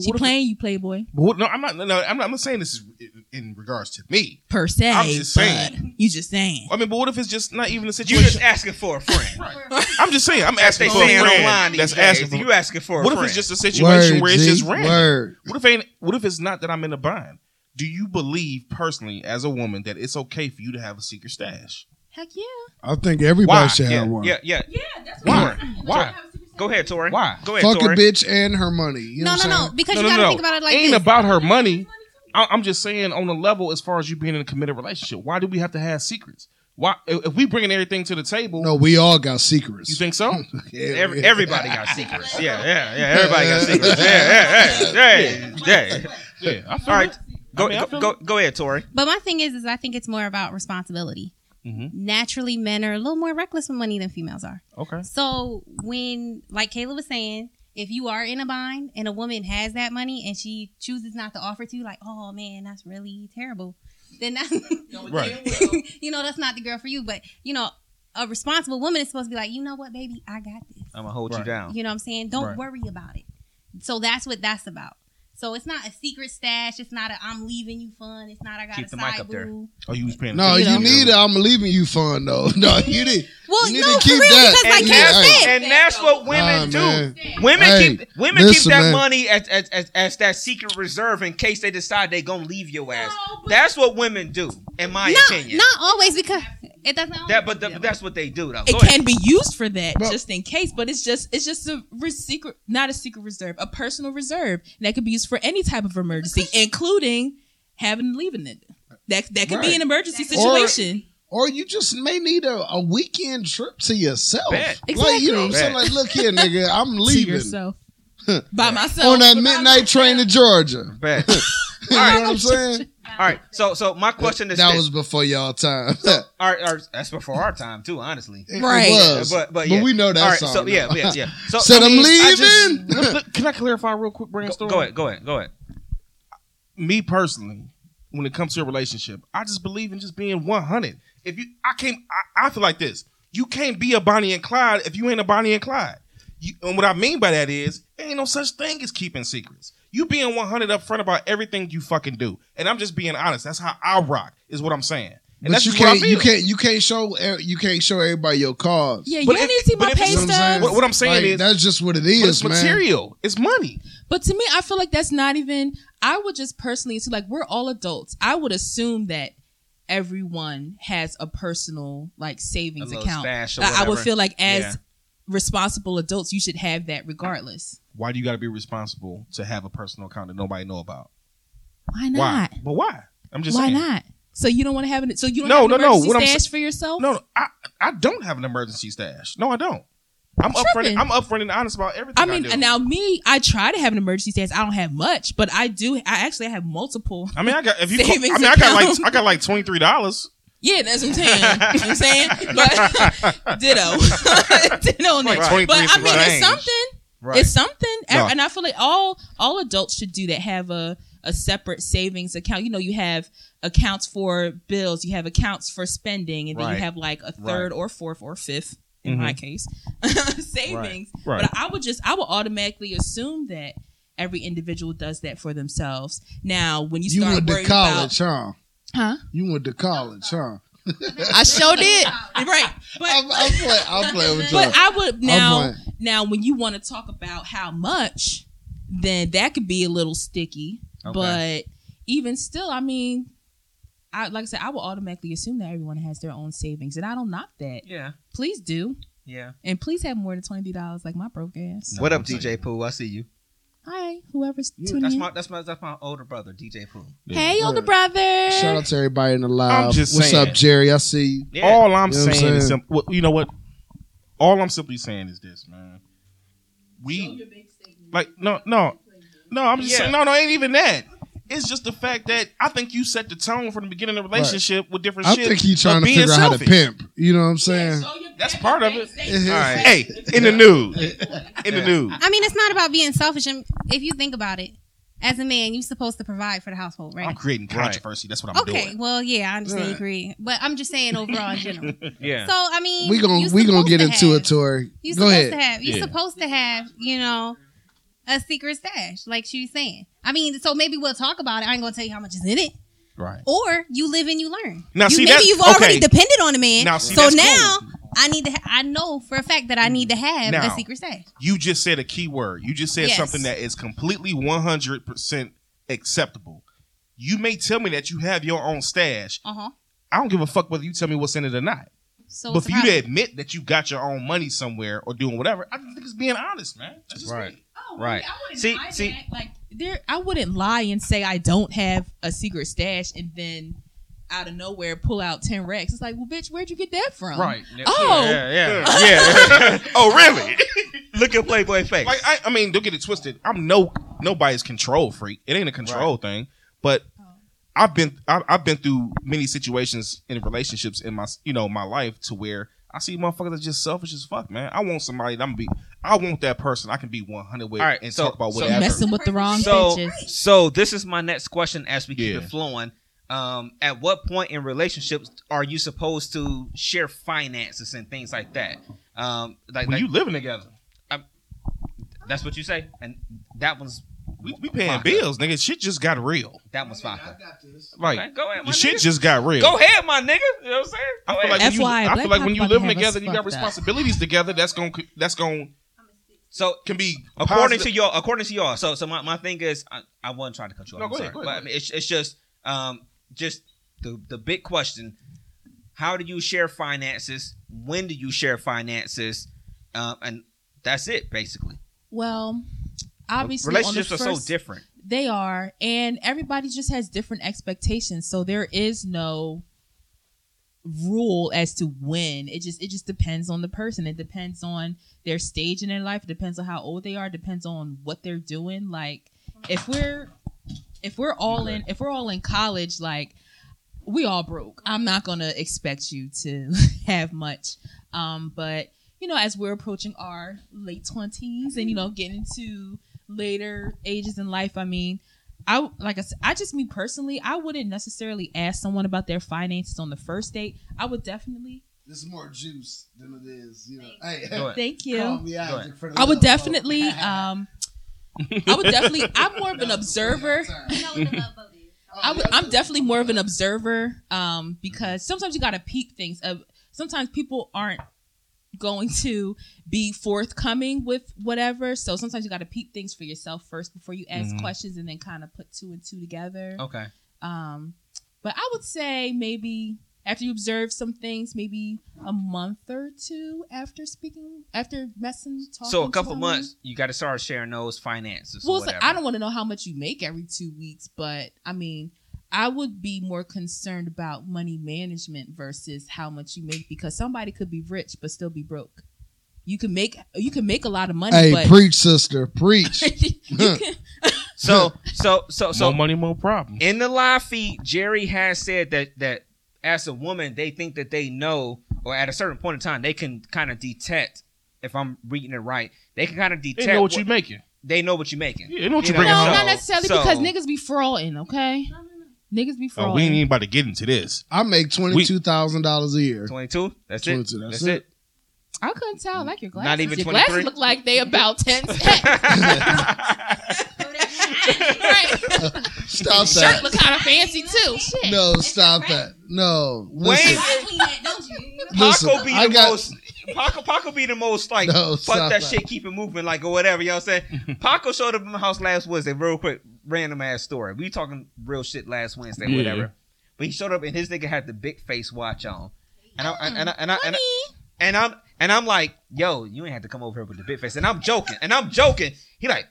She What if- playing you, playboy, But what- no, I'm not. No, I'm not, I'm not saying this is in, in regards to me. per se. I'm just but saying. You just saying. I mean, but what if it's just not even a you situation? just asking for a friend. I'm just saying. I'm asking They for a saying online friend. these That's days. asking for. You asking for a what if friend? it's just a situation Word, where it's G, just random? Word. What if ain't, what if it's not that I'm in a bind? Do you believe personally, as a woman, that it's okay for you to have a secret stash? Heck yeah. I think everybody Why? should yeah, have one. yeah, yeah. Yeah, that's Why? Why? Go ahead, Tori. Why? Go ahead, Fuck a Tori. bitch and her money. You know no, what I'm no, no. saying? Because you gotta think about it like ain't this. about her money. I- I'm just saying on the level as far as you being in a committed relationship. Why do we have to have secrets? Why if if we bringing everything to the table? No, we all got You secrets. think so? Yeah, Every, yeah. everybody got secrets. Yeah, yeah, yeah. Everybody got secrets. Yeah, yeah, yeah, yeah. yeah. yeah, I feel All right, it. go I mean, I go, feel go it. go ahead, Tori. But my thing is, is I think it's more about responsibility. Mhm. Naturally, men are a little more reckless with money than females are. Okay. So when, like Kayla was saying, if you are in a bind and a woman has that money and she chooses not to offer to you, like, oh man, that's really terrible. Then that, Right. you know, that's not the girl for you. But you know, a responsible woman is supposed to be like, you know what, baby, I got this. I'm gonna hold you Right. down. You know what I'm saying? Don't Right. worry about it. So that's what that's about. So it's not a secret stash. It's not a I'm leaving you fun. It's not I got Keep a the mic side up there. boo. Oh, you was paying No, attention. you need it. I'm leaving you fun though. No, you need. Well, You need no, to keep for real, that. because like And Kayla that's- said, and that's what Nah, women man. do. Women Hey, keep women listen, keep that man. money as, as as as that secret reserve in case they decide they gonna leave your ass. No, but- that's what women do, in my not, opinion. not always because it doesn't. Always that, but, the, but that's what they do though. it Go ahead. can be used for that Well- just in case but it's just it's just a re- secret not a secret reserve a personal reserve and that could be used for any type of emergency including having and leaving it that that could be Right. an emergency Or- situation Or you just may need a, a weekend trip to yourself. Bet. Like, you know what I'm Exactly. saying? Like, look here, nigga, I'm to leaving. yourself by myself On that by midnight train to Georgia. Bet. You know what I'm saying? All right. So so my question is That this. was before y'all time. Our, our, that's before our time too, honestly. It Right. was. But but, yeah. we know that All right, song. So yeah, now. yeah, yeah. So Said I I'm mean, I just- leaving. Can I clarify real quick, Go, brainstorm? go ahead, go ahead, go ahead. me personally, when it comes to a relationship, I just believe in just being 100. If you, I can't, I, I feel like this. You can't be a Bonnie and Clyde if you ain't a Bonnie and Clyde. You, and what I mean by that is, there ain't no such thing as keeping secrets. You being 100 upfront about everything you fucking do. And I'm just being honest. That's how I rock, is what I'm saying. And but that's you just what I can't, you feel. can't, you can't show, e- you can't show everybody your cards. yeah you But don't if- need to see but my if- pay You know what I'm stubs saying? What, what I'm saying Like, is, that's just what it but is, it's man. material. It's money. But to me, I feel like that's not even. I would just personally see like we're all adults. I would assume that everyone has a personal like savings A little account. stash or I- I would whatever. feel like as Yeah. responsible adults, you should have that regardless. Why do you got to be responsible to have a personal account that nobody know about? Why Why? not? But why? I'm just Why saying. not? So you don't want to have it. So you don't No, have an no, no. emergency What I'm stash s- for yourself. No, no I, I don't have an emergency stash. No, I don't. I'm Tripping. upfront. I'm upfront and honest about everything. I I mean, do. now me, I try to have an emergency stash. I don't have much, but I do. I actually have multiple. I mean, I got if you. Call, I Savings mean, I got account. like I got like twenty three dollars. Yeah, that's what I'm saying. you know what I'm saying, but ditto, ditto on Like that. 23 but I mean, range. it's something. Right. It's something, A- No. and I feel like all all adults should do that. Have a a separate savings account. You know, you have accounts for bills, you have accounts for spending, and then Right. you have like a third or fourth or fifth in Mhm. my case savings. Right. But I would just I would automatically assume that every individual does that for themselves. Now, when you You start went to worrying college, huh? about, huh? You went to college, huh? I showed it right, but I'm, I'm, play, I'm playing with you. But I would now playing. now when you want to talk about how much, then that could be a little sticky. Okay. But even still, I mean, I like I said, I will automatically assume that everyone has their own savings, and I don't knock that. Yeah, Please do, yeah. and please have more than twenty three dollars, like my broke ass. what up, DJ Pooh? I see you. Hi, whoever's tuning That's in. my that's my that's my older brother, DJ Pooh. hey, older brother. Shout out to everybody in the live. I'm just What's saying. up, Jerry? I see you. Yeah. All I'm You know what I'm saying is, saying? sim- well, you know what? All I'm simply saying is this, man. We like no, no, no. I'm just Yeah. saying no, no. Ain't even that. It's just the fact that I think you set the tone from the beginning of the relationship with different I shit. think he's of trying to being figure out how to selfish. pimp. You know what I'm saying? That's part of it. Mm-hmm. All right. Hey, in the nude, in the nude. I mean, it's not about being selfish. And if you think about it, as a man, you're supposed to provide for the household, I'm right? creating Right. controversy. That's what I'm okay. doing. Well, yeah, I understand you agree, but I'm just saying overall in general. Yeah. So I mean, We gonna you're we gonna supposed get to into have- it, Tori. You're Go supposed ahead. to have. You're Yeah. supposed to have. You know, a secret stash, like she was saying. I mean, so maybe we'll talk about it. I ain't gonna tell you how much is in it. Right. Or you live and you learn. Now, you, see, maybe that's- you've already okay. depended on a man. Now, see, so that's now cool. I need to. Ha- I know for a fact that I need to have a Now. secret stash. you just said a key word. You just said Yes. something that is completely 100% acceptable. You may tell me that you have your own stash. Uh huh. I don't give a fuck whether you tell me what's in it or not. So but it's for you to admit that you got your own money somewhere or doing whatever, I think it's being honest, man. That's just Right. me. Oh, Right. I wouldn't See- lie see- that. like there, I wouldn't lie and say I don't have a secret stash, and then out of nowhere pull out ten racks. It's like, well, bitch, where'd you get that from? Right. Oh, yeah, Yeah. oh, really? Look at Playboy face. Like I, I mean, don't get it twisted. I'm no nobody's control freak. It ain't a control thing, but I've been I, I've been through many situations in relationships in my you know my life to where I see motherfuckers that's just selfish as fuck, man. I want somebody that I'm be I want that person I can be 100 with All right, and so- talk about so- whatever. messing with the wrong so bitches. so this is my next question as we keep Yeah. it flowing. Um, at what point in relationships are you supposed to share finances and things like that? Um, like, when like you living together, that's what you say, and that one's We, we paying bills, nigga. Shit just got real. That was vodka. got this. Like Okay, go ahead, my your shit nigga. just got real. Go ahead, my nigga. You know what I'm saying? Go I feel ahead. like when you, FYI, I Black feel like when Pop you about live to have us together, you got fucked up. responsibilities together. That's going to that's going so can be according positive- to y'all, according to y'all, so so my, my thing is, I, I wasn't trying to cut you off. No, I'm go sorry, ahead, go but ahead. I mean, it's it's just um just the the big question: How do you share finances? When do you share finances? Um, and that's it, basically. Well, obviously, on the Relationships are so first- different. They are, and everybody just has different expectations. So there is no rule as to when. It just it just depends on the person. It depends on their stage in their life. It depends on how old they are. It depends on what they're doing. Like if we're if we're all in if we're all in college, like we all broke. I'm not gonna expect you to have much. Um, but you know, as we're approaching our late twenties and you know, getting into later ages in life, I mean, I like I said, I just me personally, I wouldn't necessarily ask someone about their finances on the first date. I would definitely This is more juice than it is. You know. Hey, Go ahead. thank call you. me ahead. Isaac for the I would love, folks. definitely um I would definitely I'm more of an observer. You know what the love boat is. I would, I'm definitely more of an observer um, because sometimes you got to peep things. Uh, sometimes people aren't going to be forthcoming with whatever. So sometimes you got to peep things for yourself first before you Mm-hmm. ask Mhm. questions and then kind of put two and two together. Okay. Um, but I would say maybe after you observe some things, maybe a month or two after speaking, after messing, talking. So a to couple someone. months, you got to start sharing those finances. or Well, it's like, whatever. I don't want to know how much you make every two weeks, but I mean, I would be more concerned about money management versus how much you make because somebody could be rich but still be broke. You can make you can make a lot of money, Hey, but preach, sister, preach. you can, So so so so more money, more problems. in the live feed, Jerry has said that that as a woman, they think that they know, or at a certain point in time, they can kind of detect. If I'm reading it right, they can kind of detect. They know what you making. They know what you're making. Yeah, they know what You you know, bringing no, so- home. not necessarily so- because niggas be frauding. Okay, niggas be Oh, we ain't frauding. even about to get into this. I make twenty two thousand dollars a year. Twenty-two. That's it. 22, That's, that's it. it. I couldn't tell. I Like your glasses, Not even your 23? glasses look like they about ten cents. right, Stop shirt that! look kind of fancy too. Shit. No, stop that! No, Wait. listen, I clean that, don't you? Listen, Paco be I the got- most. Paco, Paco be the most like No, fuck stop that that. shit, keep it moving, like or whatever. Y'all saying Paco showed up in my house last Wednesday, real quick, random ass story. We talking real shit last Wednesday, Yeah. whatever. But he showed up and his nigga had the big face watch on, and I and I and I, and, I, and I'm and I'm like, yo, you ain't have to come over here with the big face, and I'm joking, and I'm joking. He like.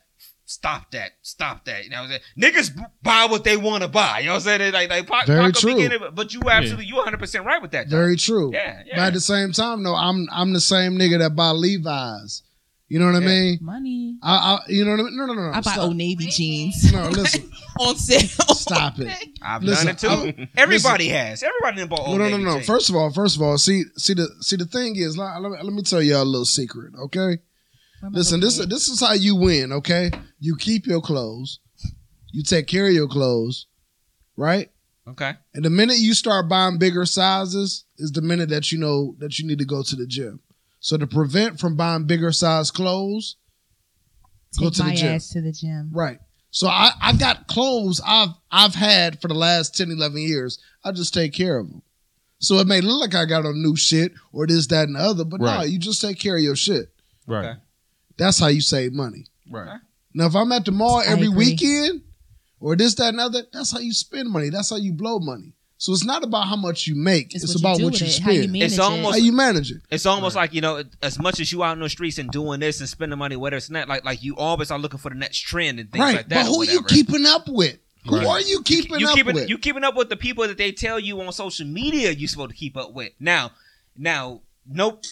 Stop that! Stop that! You know what I'm saying? Niggas buy what they want to buy. You know what I'm saying? They Like, like Pa- Very Paco be true. getting it, but you absolutely, you 100 percent right with that. dog. very true. Yeah, yeah. But at the same time, though, I'm I'm the same nigga that buy Levi's. You know what I Yeah. mean? Money. I, I you know what I mean? No, no, no, no. I buy stop. Old Navy jeans No, listen, on sale. stop it. I've Listen, done it too. Everybody has. Everybody done bought No, Old no, no, Navy no. jeans. First of all, first of all, see, see the see the thing is, let, let me, let me tell y'all a little secret, okay? Listen, this this is how you win, okay? You keep your clothes, you take care of your clothes, right? okay. And the minute you start buying bigger sizes is the minute that you know that you need to go to the gym. So to prevent from buying bigger size clothes, go Take to the my gym. ass to the gym. Right. So I, I got clothes I've I've had for the last 10, 11 years. I just take care of them. So it may look like I got on new shit or this, that, and the other, but no, Right. you just take care of your shit. Right. Okay. That's how you save money. Right. Now, if I'm at the mall every agree. weekend or this, that, and other, that's how you spend money. That's how you blow money. So it's not about how much you make. It's, about do what with you it, spend. how you manage It's it. almost- how you manage it. It's almost like you know, as much as you out in the streets and doing this and spending money, whether it's not like like you always are looking for the next trend and things Right. like that. but or who you whatever. keeping up with? Who Right. are you keeping you up keeping with? you keeping up with the people that they tell you on social media you supposed to keep up with. Now, now, nope.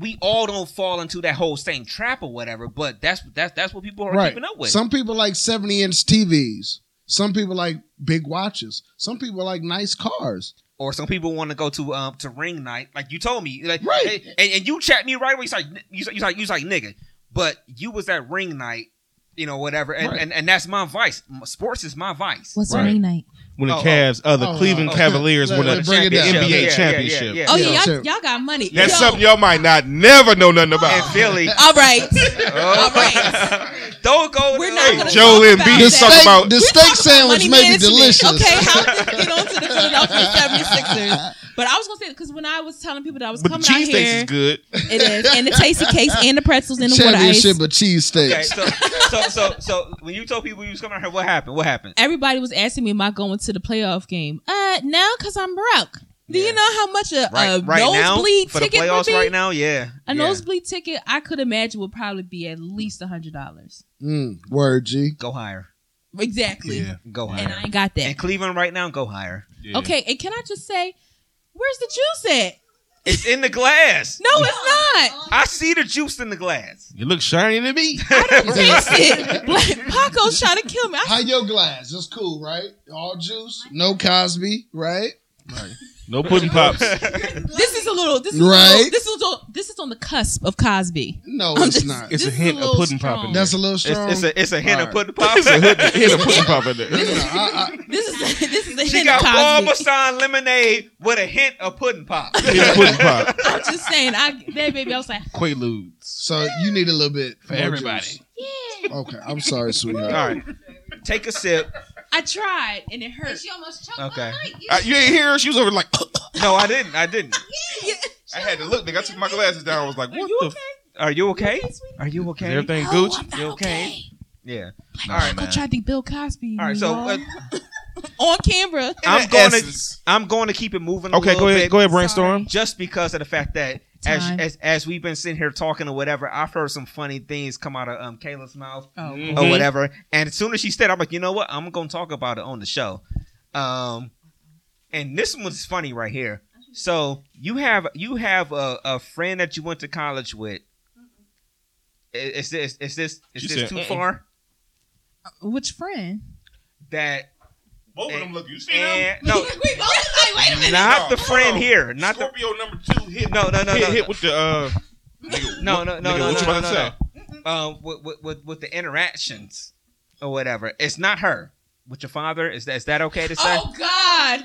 We all don't fall into that whole same trap or whatever, but that's that's that's what people are keeping up with. Some people like 70 inch TVs. Some people like big watches. Some people like nice cars. or some people want to go to um to ring night, like you told me, like Right. and- And, and you chat me right away. He's like, you like, you like, you like, nigga, but you was at ring night, you know, whatever, and Right. and, and that's my vice. Sports is my vice. What's Right. ring night? When the Oh, oh. Cavs, uh, the Oh, Cleveland oh, okay. Cavaliers Let- won let a me bring it champion- down. NBA Yeah, yeah, championship. yeah, yeah. Oh Yeah, yeah, y'all, sure. y'all got money. That's Yo, something y'all might not never know nothing And about. Philly, All right, oh, all right. Don't go We're there. not gonna Joe talk and B, about let's that. talk Steak- about. the We're steak talking about sandwich money may be management. delicious. Okay, how to get on to the Philadelphia 76ers. But I was going to say, because when I was telling people that I was But the coming cheese out taste here, is good. it is, and the tasty cakes and the pretzels and the water ice. Championship of cheesesteaks. Okay, so, so so so when you told people you was coming out here, what happened? What happened? Everybody was asking me, am I going to the playoff game? Uh, no, because I'm broke. Do you know how much a, Right, a right now Uh, nosebleed for the ticket would playoffs. be? Right now, yeah, A yeah. nosebleed ticket, I could imagine, would probably be at least hundred dollars. Mm, word G. Go higher, Exactly. go And I higher. ain't got that. And Cleveland right now, go higher. Okay, and can I just say, where's the juice at? It's in the glass. No, it's not. I see the juice in the glass. You look shiny to me. Fix it. Black Paco's trying to kill me. I How your glass? It's cool, right? All juice, no Cosby, right? No pudding pops. This is a little. This is Right. A little, this is a, this is on the cusp of Cosby. No, I'm it's just- not. It's a This is hint a of little pudding pop in strong. there. That's a little strong. It's, it's a it's a hint Alright. of pudding pop. Here's a pudding pop in there. No, I- I- This is this is the she hint got of Paul Cosby. Bassan lemonade with a hint of pudding pop. Here's a pudding pop. I'm just saying. I that baby. I was like, Quaaludes. so you need a little bit for everybody. Okay, I'm sorry, sweetheart. All right, take a sip. I tried and it hurt. She almost choked Okay. okay. mic. You Uh, you ain't hear her? She was over like. No, I didn't. I didn't. I had to look, nigga. I took my glasses down. I was like, Are what you the? okay? Are you okay? okay, sweetie? Are you okay? Everything No, Gucci. I'm not You okay? okay. Yeah. Black All right, Paco tried to Bill Cosby. All right. me, So y'all. uh, on camera, I'm the going to essence. I'm going to keep it moving. A Okay, little go ahead. bit. Go ahead, brainstorm. just because of the fact that as, Time. as as we've been sitting here talking or whatever, I've heard some funny things come out of um Kayla's mouth Oh, or Mm-hmm. Mhm. whatever. And as soon as she said, I'm like, you know what? I'm gonna talk about it on the show. Um, and this one's funny right here. So you have you have a, a friend that you went to college with. I- Is this is this is She this said, uh-uh. too "Mm-mm." far? Uh, which friend? That Both of them look. You see and, no, We both like, wait a minute. not the friend here, not the Scorpio number two hit. no no no hit, no hit with the. Uh, No, no, no, nigga, no, what you no, about no, to no. Um, with, with, with, with the interactions or whatever. It's not her. With your father, is that is that okay to say? Oh God.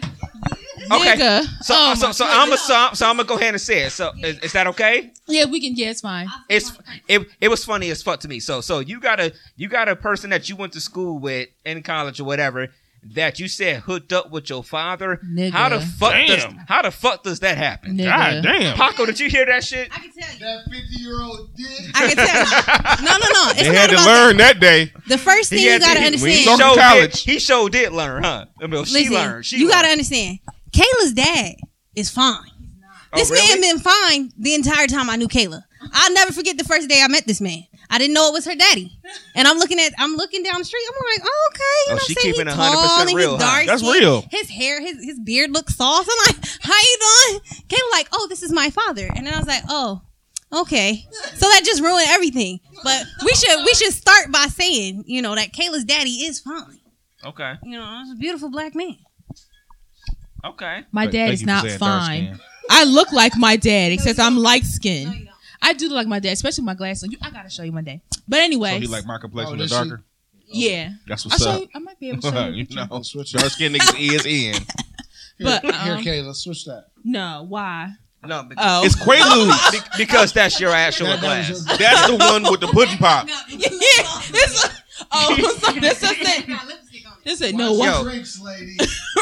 Okay. Nigga. so, uh, oh, so, my so God. I'm a, so, so I'm gonna go ahead and say it. So is, is that okay? yeah, we can. Yeah, it's fine. It's it, it was funny as fuck to me. So so you got a you got a person that you went to school with in college or whatever that you said hooked up with your father. Nigga. How the fuck does Damn. how the fuck does that happen? Nigga. God damn. Paco, did you hear that shit? I can tell you. That 50 year old dick. I can tell you. No, no, no. It's They not had to about learn that day. That. The first thing He you had to- gotta he- understand. He Talking showed did, college. he sure did learn, huh? I mean, she Listen, learned. She you learned. gotta understand. Kayla's dad is fine. Oh, This really? man been fine the entire time I knew Kayla. I'll never forget the first day I met this man. I didn't know it was her daddy. And I'm looking at I'm looking down the street. I'm like, oh, okay. You Oh, know what she I'm saying? keeping He's 100% tall and he's real, huh? dark That's skin. real. His hair, his his beard looks soft. I'm like, how you doing? Kayla like, oh, this is my father. And then I was like, oh, okay. So that just ruined everything. But we should we should start by saying, you know, that Kayla's daddy is fine. Okay. You know, he's a beautiful black man. Okay. My Thank dad you is for not saying dark fine. skin. I look like my dad, except I'm light skinned. you don't. I do look like my dad, especially with my glasses. You, I gotta show you one day. But So anyway, he like my complexion Oh, the does darker. yeah, That's I what's show up. you. I might be able to show you. a picture. no. Switch Dark it. skin niggas is in. Here, But, here, um, Kayla, switch that. No, why? No, because, Oh, It's Quaaludes. because that's your actual That- that was glass. your- That's the one with the pudding Uh, pop. yeah. This, oh, so this is it. This is no Watch why. your drinks, lady.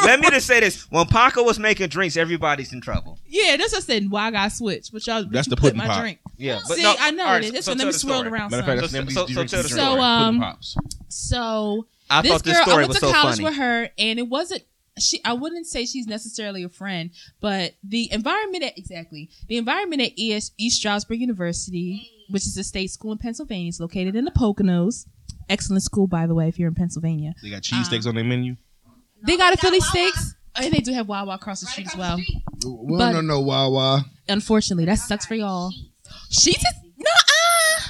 Let me just say this: when Paco was making drinks, everybody's in trouble. Yeah, this is it. Why I got switched? But y'all, That's you the put pudding my pop. drink. Yeah, See, I know all right, it is. That's so what tell let me the swirl story. it around. Matter of some. fact, that's So- an so- MBG so tell the drinking story. story. Um, Pudding pops. So I this thought this girl, I story went was to so college funny. with her, and it wasn't. She, I wouldn't say she's necessarily a friend, but the environment at exactly the environment at ES, East Stroudsburg University, which is a state school in Pennsylvania, is located in the Poconos. Excellent school, by the way, if you're in Pennsylvania. They got um, cheesesteaks on their menu. they got a Philly Wawa. Steaks, and they do have Wawa across the street as well. We But- don't know why, why. Unfortunately, that sucks for y'all. She's just no. Uh,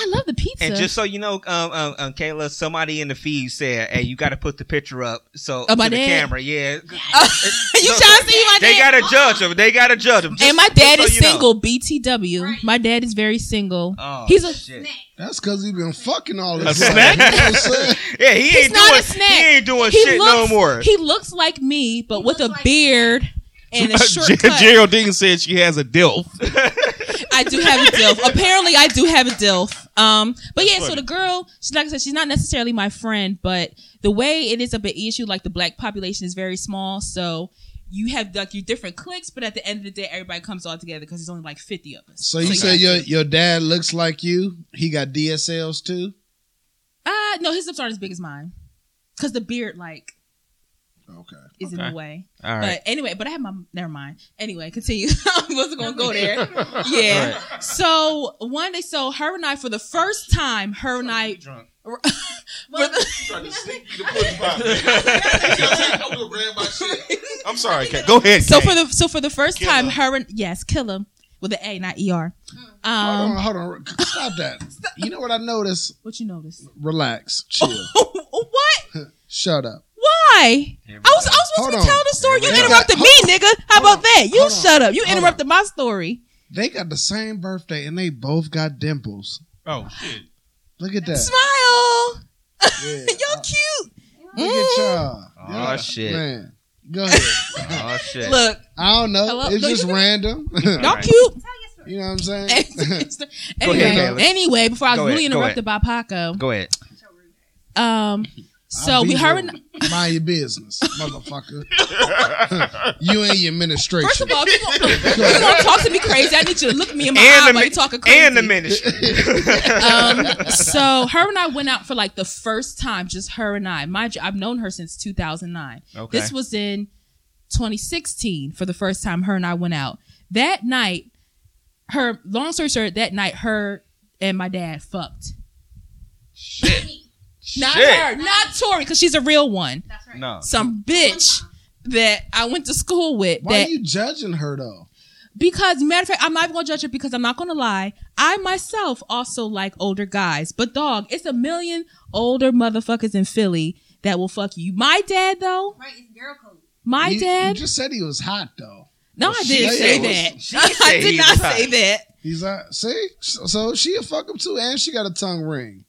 I love the pizza. And just so you know, um, um, um, Kayla, somebody in the feed said, "Hey, you got to put the picture up so Oh, to my the dad? camera." Yeah, you No, trying to see my they dad? gotta judge him. They gotta judge him. Just- and my dad just is so you know. single. BTW. My dad is very single. Oh, he's a shit. That's because he been fucking all this. snack? yeah. He he's ain't doing. not a snack. He ain't doing He shit no looks- more. He looks like me, but with a beard and a short Ger- cut. Geraldine said she has a DILF. I do have a DILF. Apparently, I do have a DILF. Um, but yeah, so funny. the girl, she's like I said, she's not necessarily my friend, but the way it is a big issue, like the black population is very small, so you have like your different cliques, but at the end of the day, everybody comes all together because there's only like 50 of us. So you say your your dad looks like you? He got DSLs too. Uh, no, his lips aren't as big as mine because the beard like Okay. is in Okay. the way. All right. But anyway, but I have my never mind. Anyway, continue. I wasn't gonna go there. Yeah. So one day, so her and I for the first time, her and I Drunk. for the- Trying to sneak you the pudding pop. I would've ran my shit. I'm sorry, Kat. Go ahead. so Kat. for the so for the first Kill time, him. her and yes, kill him with an A, not er. Hmm. Hold on, Um, hold on. Stop that. You know what I noticed? what you notice? Relax, chill, what? shut up. Why? I was Oh, I was supposed Hold to on. be telling the story. You Here we go. interrupted me, nigga. How Hold about that? You Hold on. shut up. You Hold on. interrupted my story. They got the same birthday and they both got dimples. Oh shit. Look at that. Smile. Yeah. Y'all cute. Look at y'all. Aw, Yeah, shit. Man, go ahead. Oh shit. Look, I don't know. Hello? It's No, you just can- random. y'all Alright. cute. you know what I'm saying? anyway, ahead, Kayla. anyway, before I was Go really ahead, go interrupted by Paco, Go ahead. um, so I'll be we heard. rude. Mind your business, motherfucker. you and your administration. First of all, if you gonna, if you gonna talk to me crazy, I need you to look me in my eye while you talking crazy. and the ministry. Um, so her and I went out for like the first time, just her and I. Mind you, I've known her since 2009. Okay. This was in 2016 for the first time her and I went out. That night, her long story short, that night her and my dad fucked. Not her, not Tori, because she's a real one. No. Some bitch that I went to school with. Why that are you judging her though? because matter of fact, I'm not even gonna judge her because I'm not gonna lie. I myself also like older guys, but dog, it's a million older motherfuckers in Philly that will fuck you. My dad though, Right, it's girl code. my You- dad. You just said he was hot though. no, I didn't said say was- she that. said I he did not was hot. say that. He's like, see, so, so she'll fuck him too, and she got a tongue ring,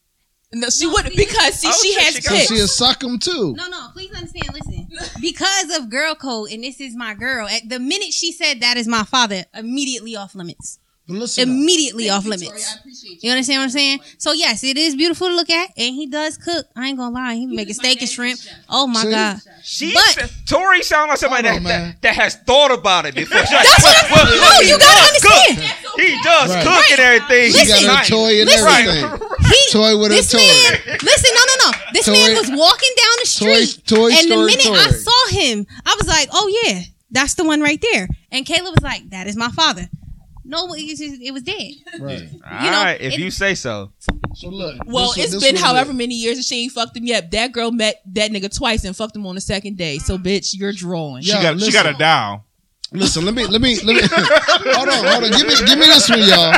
No, she wouldn't because see, Oh, she shit, has she so got- tits. she'll suck him too. No, no, please understand. Listen, because of girl code, and this is my girl. At the minute she said that is my father, immediately off limits. But listen, up. Immediately off limits. You understand what I'm saying? So yes, it is beautiful to look at, and he does cook. I ain't gonna lie, he making steak and shrimp. Oh my See? god! She But- said- Tori sound like somebody Hold on, that, man. that, that has thought about it before. She's like, That's what I'm well, saying. well, No, he you does gotta understand. cook. He does Right. cook and everything. she listen, got a toy and listen. everything. He, Toy with this a toy. man, listen, no, no, no. This Toy- man was walking down the Toy- street, Toy and the Story minute I toy. saw him, I was like, "Oh yeah, that's the one right there." And Caleb was like, "That is my father." No, it was, it was dead. Right. All know, right, if it- you say so. So look. Well, this- it's this been one however is- many years and she ain't fucked him yet. That girl met that nigga twice and fucked him on the second day. So, bitch, you're drawing. Yeah, she, got, she listen. got a dial. Listen, let me, let me, let me. hold on, hold on. Give me, give me this one, y'all.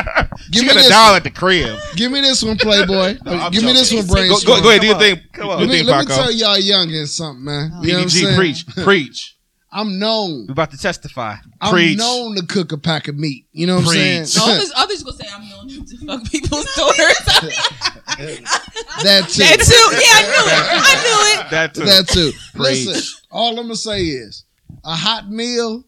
Give She me got a this. dial at the crib. Give me this one, Playboy. I'm give me this one, joking. Brainstorm. Go, go, go ahead, do your Come on. thing. Come on. Let Do your me, thing, let me Paco. tell y'all youngins something, man. You know what I'm PDG, saying? preach, preach. I'm known. We're about to testify. I'm Preach. known to cook a pack of meat. You know what I'm Preach. All saying? this others gonna say I'm known to fuck people's daughters. That's That it. too. Yeah, I knew it. I knew it. That too. That too. Preach. Listen, all I'm gonna say is a hot meal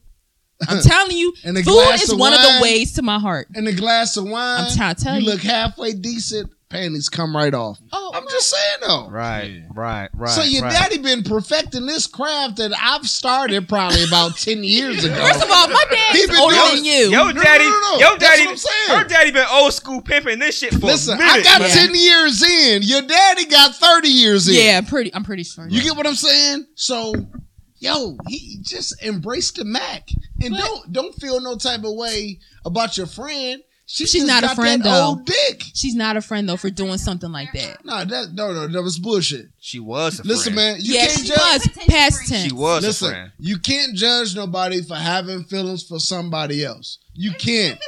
I'm telling you, Mm. And a food glass is of one of the wine. ways to my heart. and a glass of wine. I'm trying to tell you. look halfway decent, panties come right off. Oh, I'm just saying though. Right, right, right. so your right. daddy been perfecting this craft that I've started probably about ten years ago. First of all, my He dad's been older doing- than you. Yo, no, daddy, no, no. yo, That's daddy, what I'm saying. her daddy been old school pimping this shit for Listen, a minute. I got Yeah. ten years in. Your daddy got thirty years in. yeah, I'm pretty. I'm pretty sure. You get what I'm saying? So, yo, he just embrace the Mac and But- don't don't feel no type of way about your friend. She She's just not a got friend, that though. Old dick. She's not a friend though for doing something like that. No, that no no that was bullshit. she was a Listen, friend. man, you yeah, can't she judge. was past tense. She was a Listen, friend. you can't judge nobody for having feelings for somebody else. You can't.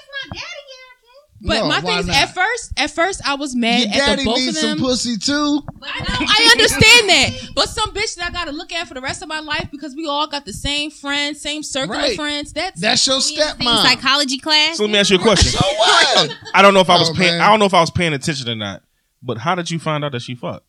But No, my why thing is, not? at first, at first, I was Your mad at the daddy both of needs some them. pussy too. I know, I understand that. But some bitch that I gotta look at for the rest of my life because we all got the same friends, same circle of Right. friends. That's That's your Same stepmom. psychology class. So let me ask you a question. so what? I don't know if I was Oh, paying. man. I don't know if I was paying attention or not. But how did you find out that she fucked?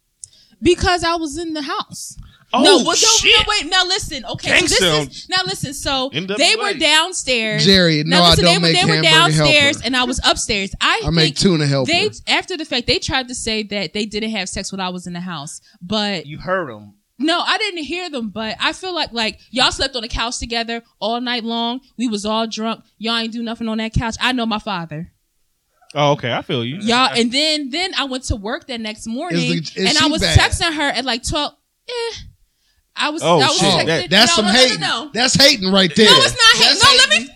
because I was in the house. Oh, no, well, shit. No, no, wait. Now listen. Okay, so this Gangsta. is now listen. So NWA. they were downstairs. Jerry, no, now, I listen, don't they, make were- they were hamburger downstairs, helper. and I was upstairs. I, I make think tuna helper. They after the fact they tried to say that they didn't have sex when I was in the house, but You heard him. no, I didn't hear them, but I feel like like y'all slept on the couch together all night long. We was all drunk. Y'all ain't do nothing on that couch. I know my father. Oh, okay. I feel you. Y'all and then then I went to work that next morning Is the- is and I she was bad? texting her at like twelve. Eh. I was Oh, I was shit. texting- That- That's no, some no, no, hating. No, no, no. That's hating right there. No, it's not hating. That's No, let me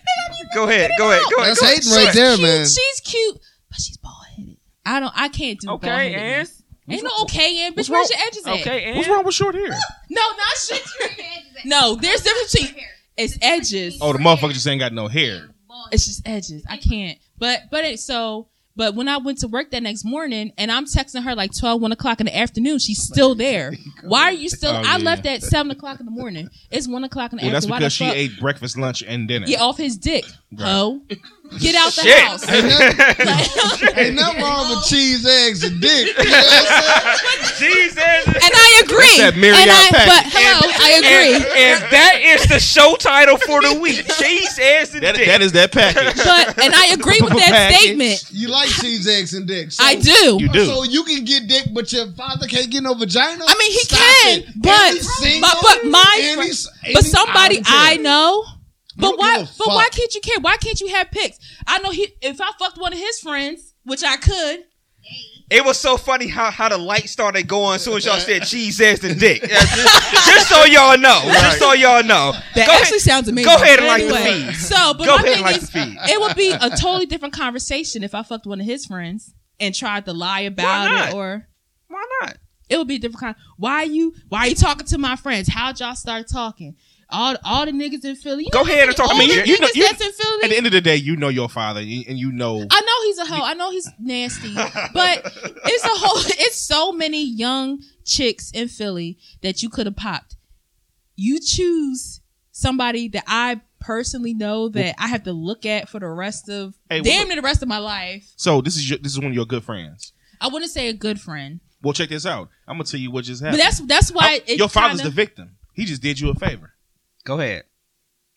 Go ahead. Go ahead. Go ahead. That's go ahead. hating right there, man. She's cute, but she's bald headed. I don't. I can't do. Okay, bald-headed. and? ain't no okay, and What's bitch. Where's wrong- your edges at? Okay, and What's wrong with short hair? No, not shit. no, there's difference between it's edges. Oh, the motherfucker just ain't got no hair. It's just edges. I can't. But but it so. But when I went to work that next morning and I'm texting her like 12, 1 o'clock in the afternoon, she's still there. Why are you still? Oh, I yeah. left at 7 o'clock in the morning. It's 1 o'clock in the Well, that's afternoon. Why the because she fuck- ate breakfast, lunch, and dinner. oh, Get off his dick, ho. Get out the Shit. house. Ain't nothing, ain't nothing wrong with cheese, eggs, and dick. You know what I'm saying? Jesus. And I agree. that Marriott and I, but package. hello, I agree. And, and that is the show title for the week. Cheese ass and That, dick. that is that package. But and I agree with that Package. statement. You like cheese, eggs, and dick. So, I do. You do. So you can get dick, but your father can't get no vagina. I mean, he Stop can, it. but Any single, but, but my any fri- s- any- but somebody don't care. I know. But don't why? give a But why fuck. can't you care? Why can't you have pics? I know he. If I fucked one of his friends, which I could, It was so funny how, how the light started going as soon as y'all said cheese ass and dick. Yeah, just, just so y'all know. Just so y'all know. that Go actually ahead. sounds amazing. go ahead and like the feed. So, but Go ahead my thing and like is, the feed. it would be a totally different conversation if I fucked one of his friends and tried to lie about not? it, or Why not? it would be a different kind. Why you? Why you talking to my friends? How'd y'all start talking? All all the niggas in Philly. You Go know ahead and how talk- I many mean, older you- you know- niggas you- that's in Philly. At the end of the day, you know your father, and and you know I know he's a hoe. I know he's nasty, but it's a whole. It's so many young chicks in Philly that you could have popped. You choose somebody that I personally know that I have to look at for the rest of Hey, damn what- near the rest of my life. So this is your, this is one of your good friends. I wouldn't say a good friend, Well, check this out. I'm gonna tell you what just but happened. that's that's I- why it your father's kinda- the victim. He just did you a favor. Go ahead.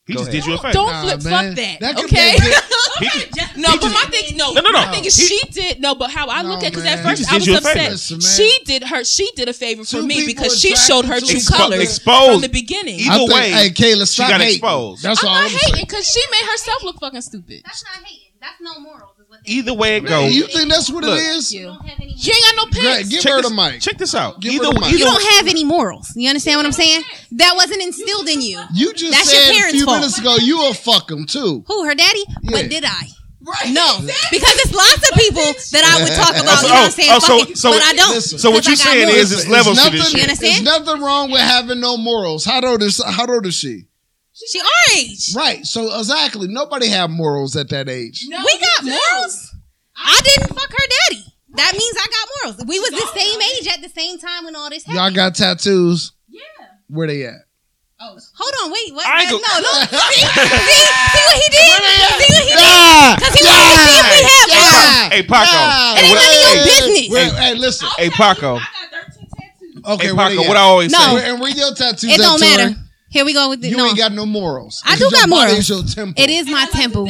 He Go just ahead. did you a Don't, favor. don't Nah, flip man. fuck that. That could be okay. a good- He just- no, but my thing, no, No, no, no. My thing is, He- she did no. But how I No, look at because man. at He first just I did was you a upset. favor. Listen, man. she did her. She did a favor for Two me people because she attracted showed her to true each other. colors Exposed. from the beginning. Either I think, way, hey, Kayla, stop got hating. exposed. That's I'm all I'm not hating saying. because she made herself look fucking stupid. That's not hating. That's no morals. Is what that Either is. way it goes, You think that's what Look. it is? You don't have any. She ain't got no Greg, pants. give check her this, the mic. Check this out. Give her either the mic. You either don't have any morals. You understand what I'm saying? That wasn't instilled in you. You just That's your said a parents' few fault. minutes ago you will fuck him too. Who? Her daddy? Yeah. But did I? Right. No, because it's lots of people that I would talk about. You know what I'm saying? Oh, so- Fuck it, so- but I don't. listen. so what because you're I got saying morals. is it's levels to nothing, this You shit. there's understand? nothing wrong with having no morals. How old is how old is she? she orange. Right. So exactly, nobody have morals at that age. No, We got you do. morals. I didn't fuck her daddy. That means I got morals. We was the same age at the same time when all this happened. Y'all got tattoos. Yeah. Where they at? Hold on, wait. What? I ain't no, go- Oh, no. See, see, see what he did? See what he did? Because he wanted to see if we have morals. Hey Paco. Yeah. Hey, It ain't what- none of your hey, business. Where, hey, listen. hey, Paco. Okay, Hey where they Paco. at? What I always No. say. Where- and where your tattoos It at, don't Tori? matter. Here we go with the You no. ain't got no morals. I It's do your body, got morals. It's your temple. It is my temple.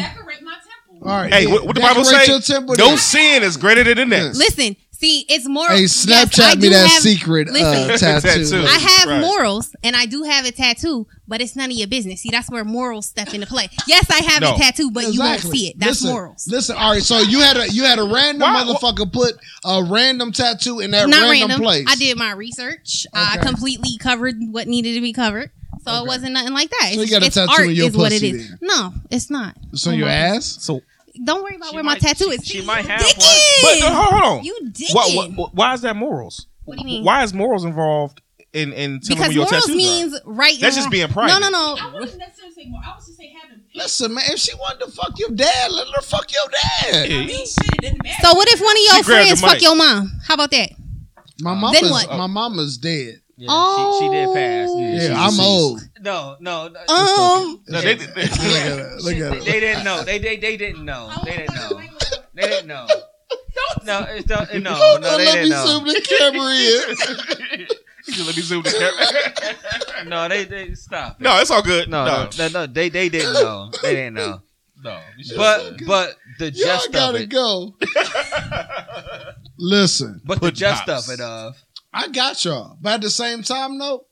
All right. Hey, yeah. what, what the Bible Decorate say? Your temple No then. sin is greater than the next. Listen, see, it's morals. Hey, Yes, Snapchat I me do that have- secret uh, Listen. tattoo. Tattoo. I have Right. morals and I do have a tattoo, but it's none of your business. See, that's where morals step into play. Yes, I have No. a tattoo, but you won't Exactly. see it. That's listen, morals. Listen, all right. So you had a you had a random Why- motherfucker put a random tattoo in that Not random, random. place. I did my research. I Okay. completely covered what needed to be covered. So it wasn't nothing like that. It's, you got a it's tattoo art in your is what it pussy is. then? No, it's not. So your Mm-hmm. ass. So, Don't worry about She where might- my tattoo she- is. she You might have dickhead. one. but uh, hold on. You Why, dickhead. why- why is that morals? What do you mean? Why is morals involved in in telling because me your morals tattoos are? means right. and That's just wrong. being private. No, no, I no. wouldn't necessarily say more. I would just say having Listen, man. If she wanted to fuck your dad, let her fuck your dad. Yeah. mean shit. It didn't matter. So what if one of your She grabbed friends the fuck mic. your mom? How about that? My mama's what? my mama's dead. Yeah, she, she did pass. Yeah, she- I'm old. No, no. no Um, No, they, they, Look at her. Look Shit, at they her. didn't know. They they they didn't know. They didn't know. They didn't know. No, it's don't, no, Hold Oh, no, on, they Oh, let didn't me know. zoom the camera in. just let me zoom the camera. No, they they stop. No, it's all good. No, no, no, no. They they didn't know. They didn't know. no, we should- But but the Y'all gist of gotta it. go. Listen, But the Put gist pops. of it of I got y'all, but at the same time, though,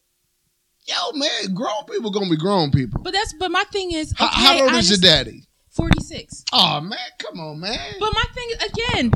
yo man, grown people gonna be grown people. But that's but my thing is okay, how, how old I is your daddy? Forty six. Oh man, come on, man. But my thing is again.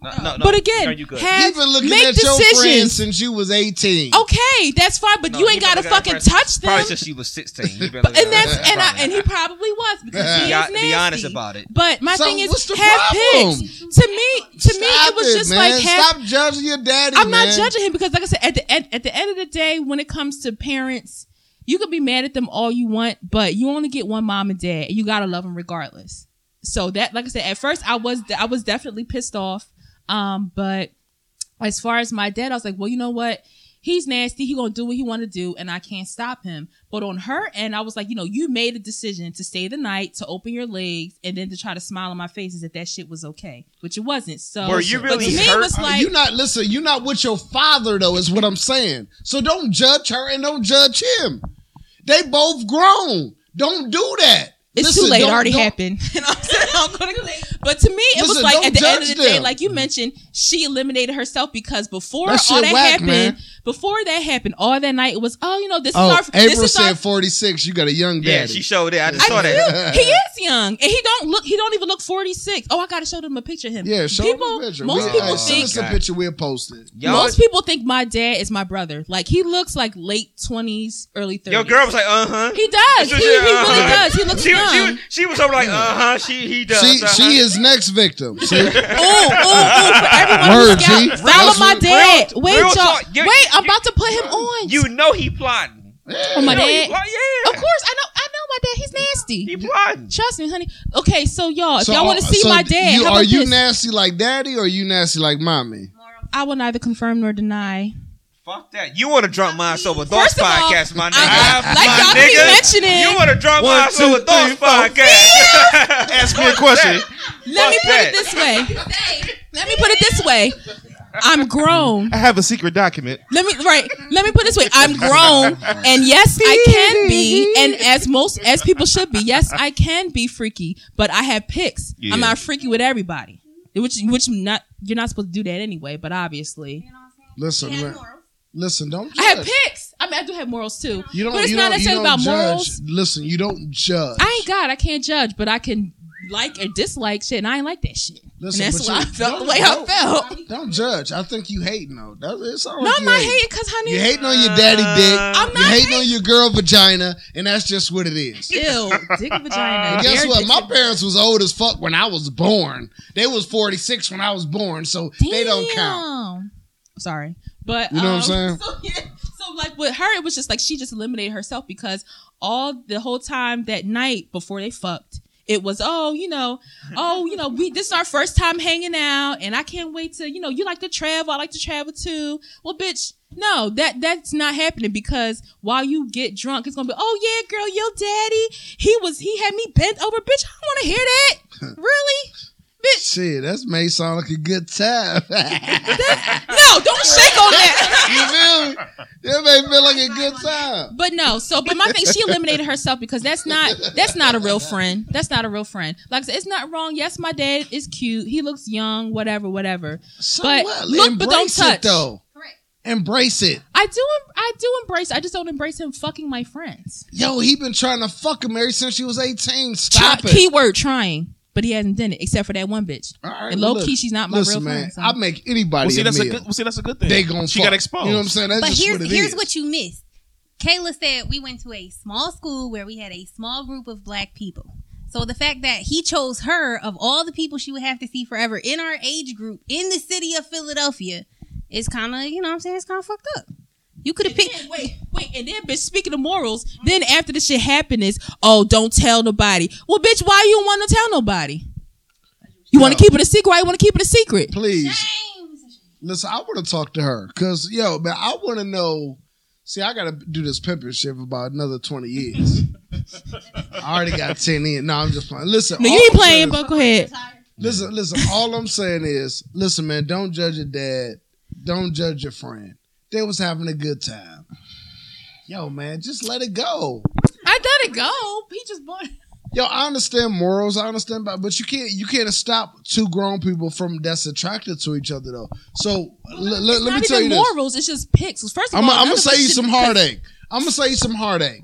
no, no, no. but Are again, you good? have, You've been looking make at your friends decisions. Oh, since you was eighteen. okay, that's fine, but No, you he ain't gotta probably got fucking impressed- touch them. Probably since she was sixteen. He been But- looking and at that's her. and I, Probably. and he probably was because he be, is hon- nasty. be honest about it. But my So thing is, what's the have problem? pigs. To me, to me, Stop it was just man. like have stop judging your daddy. I'm not man. judging him because, like I said, at the end, at the end of the day, when it comes to parents, you can be mad at them all you want, but you only get one mom and dad, and you gotta love them regardless. So that, like I said, at first I was I was definitely pissed off, um, but as far as my dad, I was like, well, you know what? He's nasty. He gonna do what he want to do, and I can't stop him. But on her end, I was like, you know, you made a decision to stay the night, to open your legs, and then to try to smile on my face as if that shit was okay, which it wasn't. So, Were you but really to me, hurt? it was Uh, like you not listen. You're not with your father though. Is what I'm saying. So don't judge her and don't judge him. They both grown. Don't do that. It's Listen, too late. It don't- already don't- happened. And I'm saying, I'm gonna- but to me, it was Listen, like don't at the end of the judge day, them. like you mentioned, she eliminated herself because before That all shit that whack, happened, man. before that happened, all that night it was, oh, you know, this Oh, is our, this April is said our. 46. You got a young daddy. Yeah, she showed it. I just I saw that. do. He is young, and he don't look. He don't even look 46. Oh, I gotta show them a picture of him. Yeah, show people. them a picture. Most We- people uh, think send us a God. picture. We'll post it. Y'all, most people think my dad is my brother. Like he looks like late 20s, early 30s. your girl was like, uh huh. He does. He, he really does. He looks she, was- young. She, was- she was over like, uh huh. She he does. She uh-huh. she is next victim. See? ooh, ooh, ooh, for everyone Word, who's G. out. Follow Real- my dad. real- wait, real y'all. talk. You're- Wait, I'm about to put him on. You know he plotting. oh, my You know he dad. plot- yeah. Of course, I know. I know my dad. He's He nasty. plotting. Trust me, honey. Okay, so y'all, if So, uh, y'all want to see so my dad, you- how are about you this? nasty like daddy or are you nasty like mommy? I will neither confirm nor deny. Fuck that. You want to drunk my sober thoughts First of all, podcast, my nigga. I- like My y'all keep mentioning- You want to drunk One, my two, sober three, thoughts four. podcast. Ask me a question. Let me Fuck put that. it this way. Let me put it this way. I'm grown. I have a secret document. Let me right. Let me put it this way. I'm grown, and yes, I can be, and as most as people should be. Yes, I can be freaky, but I have picks. Yeah. I'm not freaky with everybody, which which not you're not supposed to do that anyway. But obviously, Listen, man. listen. Don't judge. I have picks. I mean, I do have morals too. You don't. but it's you not don't, you necessarily don't about judge. morals. Listen, you don't judge. I ain't God. I can't judge, but I can like or dislike shit, and I ain't like that shit. Listen, and that's but why I you- felt the don't- way I don't- felt. Don't judge. I think you hating though. That, it's all No, right I'm you not hating. hating, cause honey, You hating on your daddy dick. I'm you not hating on your girl vagina, and that's just what it is. Ew, dick and vagina. And guess They're what? dick- My parents was old as fuck when I was born. They was forty six when I was born, so they don't count. Damn. Sorry, but You know what I'm saying? um, So, yeah, so like with her, it was just like she just eliminated herself because all the whole time that night before they fucked, it was oh you know oh you know we this is our first time hanging out and I can't wait to you know you like to travel I like to travel too. Well, bitch. No, that that's not happening because while you get drunk, it's gonna be, oh yeah, girl, your daddy, he was he had me bent over, bitch. I don't want to hear that. Really, bitch. Shit, that may sound like a good time. you No, don't shake on that. feel me? That may feel like a good time. But no, so but my thing, she eliminated herself because that's not that's not a real friend. That's not a real friend. Like I said, it's not wrong. Yes, my dad is cute. He looks young. Whatever, whatever. So But what? look, Embrace but don't touch. it though. Embrace it. I do I do embrace. I just don't embrace him fucking my friends. Yo, he been trying to fuck him ever since she was eighteen. Stop Try- it. Keyword trying, but he hasn't done it except for that one bitch. All right, and low look, key, she's not my Listen, real man, friend. so. I make anybody Well, see, a that's a meal. good. Well, see, that's a good thing. they gonna She fuck. got exposed. You know what I'm saying? That's But just here's what it here's is. what you missed. Kayla said we went to a small school where we had a small group of black people. So the fact that he chose her of all the people she would have to see forever in our age group in the city of Philadelphia is kind of you know what I'm saying it's kind of fucked up. You could have picked. Mm-hmm. Then, wait, wait, and then bitch, speaking of morals, then after this shit happened is, oh, don't tell nobody. Well, bitch, why you want to tell nobody? You want No. to keep it a secret? Why you want to keep it a secret? Please listen. I want to talk to her because yo, man, I want to know. See, I gotta do this pimping shit for about another twenty years. I already got ten in. No, I'm just playing. Listen, No, all you ain't I'm playing, saying- but go ahead. Listen, listen. All I'm saying is, listen, man. Don't judge your dad. Don't judge your friend. They was having a good time. Yo, man, just let it go. I let it go. He just bought. Yo, I understand morals. I understand, but but you can't you can't stop two grown people from that's attracted to each other though. So l- l- It's let not me tell you even this. morals. It's just pics. First of I'm all, gonna none of say us you should- some heartache. I'm gonna say you some heartache.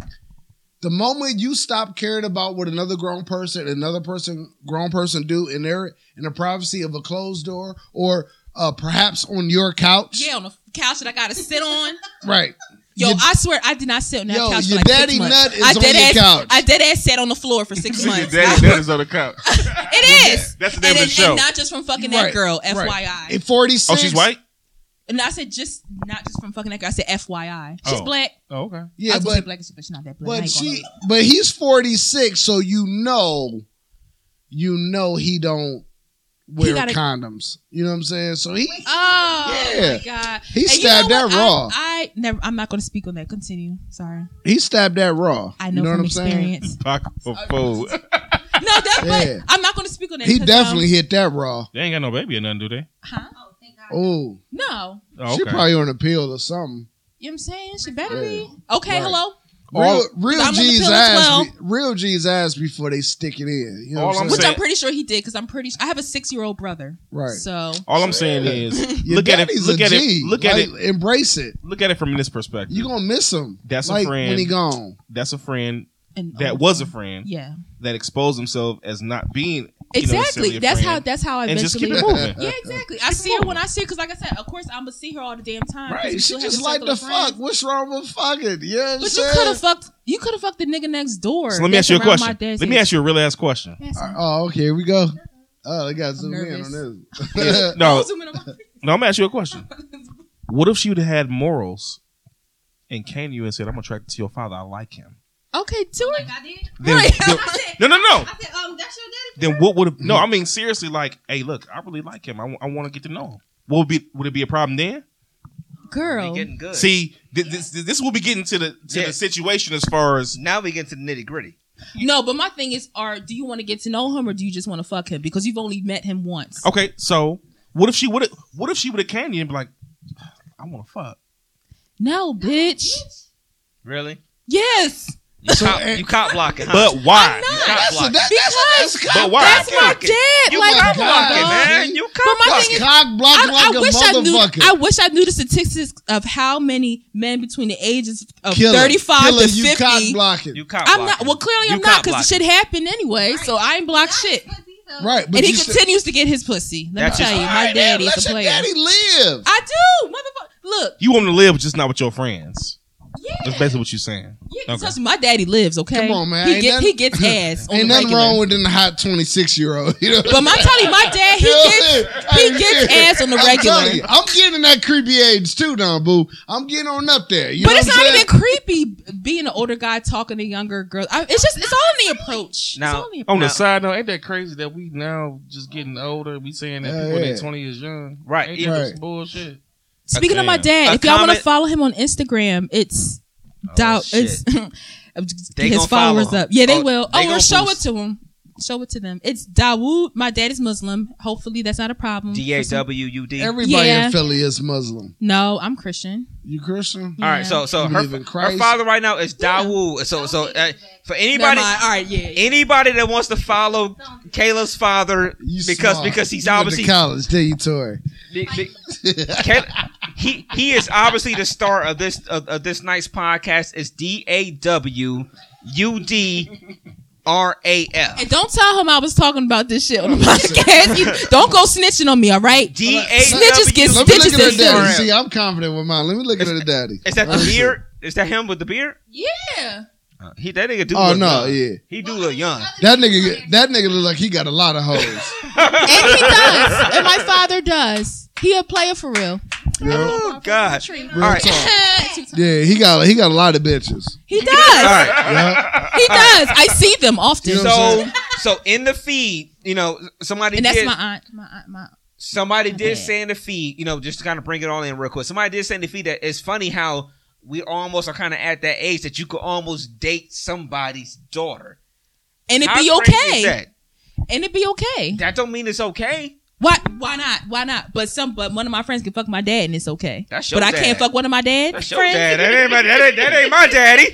The moment you stop caring about what another grown person, another person, grown person do in their in the privacy of a closed door, or uh, perhaps on your couch, Yeah, on the couch that I gotta sit on. right? Yo, Your- I swear I did not sit on that Yo, couch. for your like daddy six months. nut is I on dead your ass, couch. I dead ass sat on the floor for six months. Daddy, daddy's on the couch. it is. That's the name of and, the and- show. and not just from fucking Right, that girl. right. FYI. At 46, Oh, she's white. And I said just not just from fucking that girl. I said FYI. She's Oh. black. Oh, okay. I Yeah, was gonna say but black, but she's not that black. I but ain't gonna she lie. but he's 46, so you know, you know he don't wear gotta- condoms. You know what I'm saying? So he Oh Yeah. my god. He And you stabbed know that what? raw. I, I never. I'm not going to speak on that. Continue. Sorry. he stabbed that raw. I know you know from what I'm saying? experience. food. no, that, Yeah. but I'm not going to speak on that. He 'cause, definitely Um, hit that raw. They ain't got no baby or nothing, do they? huh? Oh, No. Oh, she probably on a pill or something. You know what I'm saying? She better Yeah. be. Okay, Right. hello. Real, All- real I'm on the G's pill as ass, well. be- real G's ass before they stick it in. You know what All I'm I'm saying? Which saying- I'm pretty sure he did because I'm pretty. I have a six year old brother. Right. So All I'm saying is, Your look at it. daddy's Look a at G. it. Look at Like, it. Embrace it. Look at it from this perspective. You gonna miss him. That's a like when friend. he gone. That's a friend and oh, Oh, that was a friend Yeah. that exposed himself as not being you know, Exactly. necessarily a that's how. friend. That's how I And just eventually. keep it moving. Uh, yeah, exactly. I see her when I see her because, like I said, of course I'm gonna see her all the damn time. 'cause we Right. She still have just a like circle the of friends. fuck. What's wrong with fucking? You know what I'm But you saying? could have fucked. You could have fucked the nigga next door. So let me ask That's you a around my question. dad's Let me age. ask you Uh, a real ass question. Yes. Oh, okay. Here we go. Oh, they got zoom in nervous. on this. No, Zoom in on my- no, I'm gonna ask you a question. What if she would have had morals and came to you and said, "I'm attracted to your father. I like him." Okay, do it. I did. Then, Right. then- no, no, no. I said, um, that's your daddy. Then what would have? No, I mean seriously. Like, hey, look, I really like him. I, want to get to know him. What would be? Would it be a problem then? We Girl. getting good. See, th- this this will be getting to the to Yeah. the situation as far as now we get to the nitty gritty. No, but my thing is, are do you want to get to know him or do you just want to fuck him? Because you've only met him once. okay. So what if she would have? What if she would have came to you and be like, "I want to fuck." No, bitch. Really? Yes. You, cop, eh, you cop blocking, huh? But why? I'm you cop not. That's, a, blocking. that, that's, that's, But Oh, why? That's my blocking. dad. You like, cop my God, blocking, dog. man. You cop But my blocking. thing is, cock block I, like I a wish I knew. motherfucker. I wish I knew the statistics of how many men between the ages of Killer. thirty-five Killer, to you fifty. cock blocking. You cop I'm blocking. not. Well, clearly You I'm not cop because blocking. shit happened anyway. So I ain't blocked shit. right. But and he you said- continues to get his pussy. Let That's me tell just- you, my Alright, daddy let is a your player. daddy live. I do, motherfucker. Look, You want 'em to live, but just not with your friends. That's yeah, basically what you're saying. yeah. Okay. Touch my daddy lives. Okay, Come on, man. He, Ain't get, nothing- he gets ass. On Ain't the nothing regular. wrong with in the hot 26 year old. You know? But my telling you, my dad, he gets he gets ass on the I'm regular. telling you, I'm getting that creepy age too now, boo. I'm getting on up there. You but know it's what not I'm saying? even creepy being an older guy talking to younger girls. I, it's just it's all in the approach. Now, it's all in the On the Now- side note, ain't that crazy that we now just getting older? We saying that Yeah, people in yeah. their twenty is young, Right. Ain't that Right. some bullshit? Speaking of my A dad, if y'all want to comment- follow him on Instagram, it's Oh, doubt. Oh, shit. It's They his gonna follow followers him. up. Yeah, they Oh, will. they oh, or gonna show boost. it to him. Show it to them. It's Dawood. My dad is Muslim. Hopefully, that's not a problem. D A W U D. All Everybody Yeah. in Philly is Muslim. No, I'm Christian. You Christian? Yeah. right, so so You her, believe in her Christ? father right now is Dawood. So so uh, for anybody Never mind. All right, yeah. yeah. anybody that wants to follow Kayla's father You because smart. because he's You went to obviously college, did you, Tori? Be- be- Kel- he he is obviously the star of this of, of this night's podcast. It's D A W U D R A F. And don't tell him I was talking about this shit on the podcast. You- don't go snitching on me, all right? D A Snitches get Let me look stitches at and her daddy. shit. See, I'm confident with mine. Let me look at her daddy. Is that the beard? Is that him with the beard? Yeah. Uh, he that nigga do. Oh, look no, young. yeah. He do look young. That nigga, that nigga look like he got a lot of hoes. And he does. And my father does. He a player for real. Oh God. All Real right. talk. Yeah, he got he got a lot of bitches. He does. All right. Yeah. He does. I see them often. You know what I'm So saying? so in the feed, you know, somebody and that's did my aunt. My aunt. My aunt. Somebody did bad. say in the feed, you know, just to kind of bring it all in real quick. Somebody did say in the feed that it's funny how we almost are kind of at that age that you could almost date somebody's daughter. And it How be crazy is okay. that? And it be okay. That don't mean it's okay. Why? Why not? Why not? But some, but one of my friends can fuck my dad, and it's okay. That's your but I dad. can't fuck one of my dad That's your friends. dad. That ain't my, that ain't, that ain't my daddy.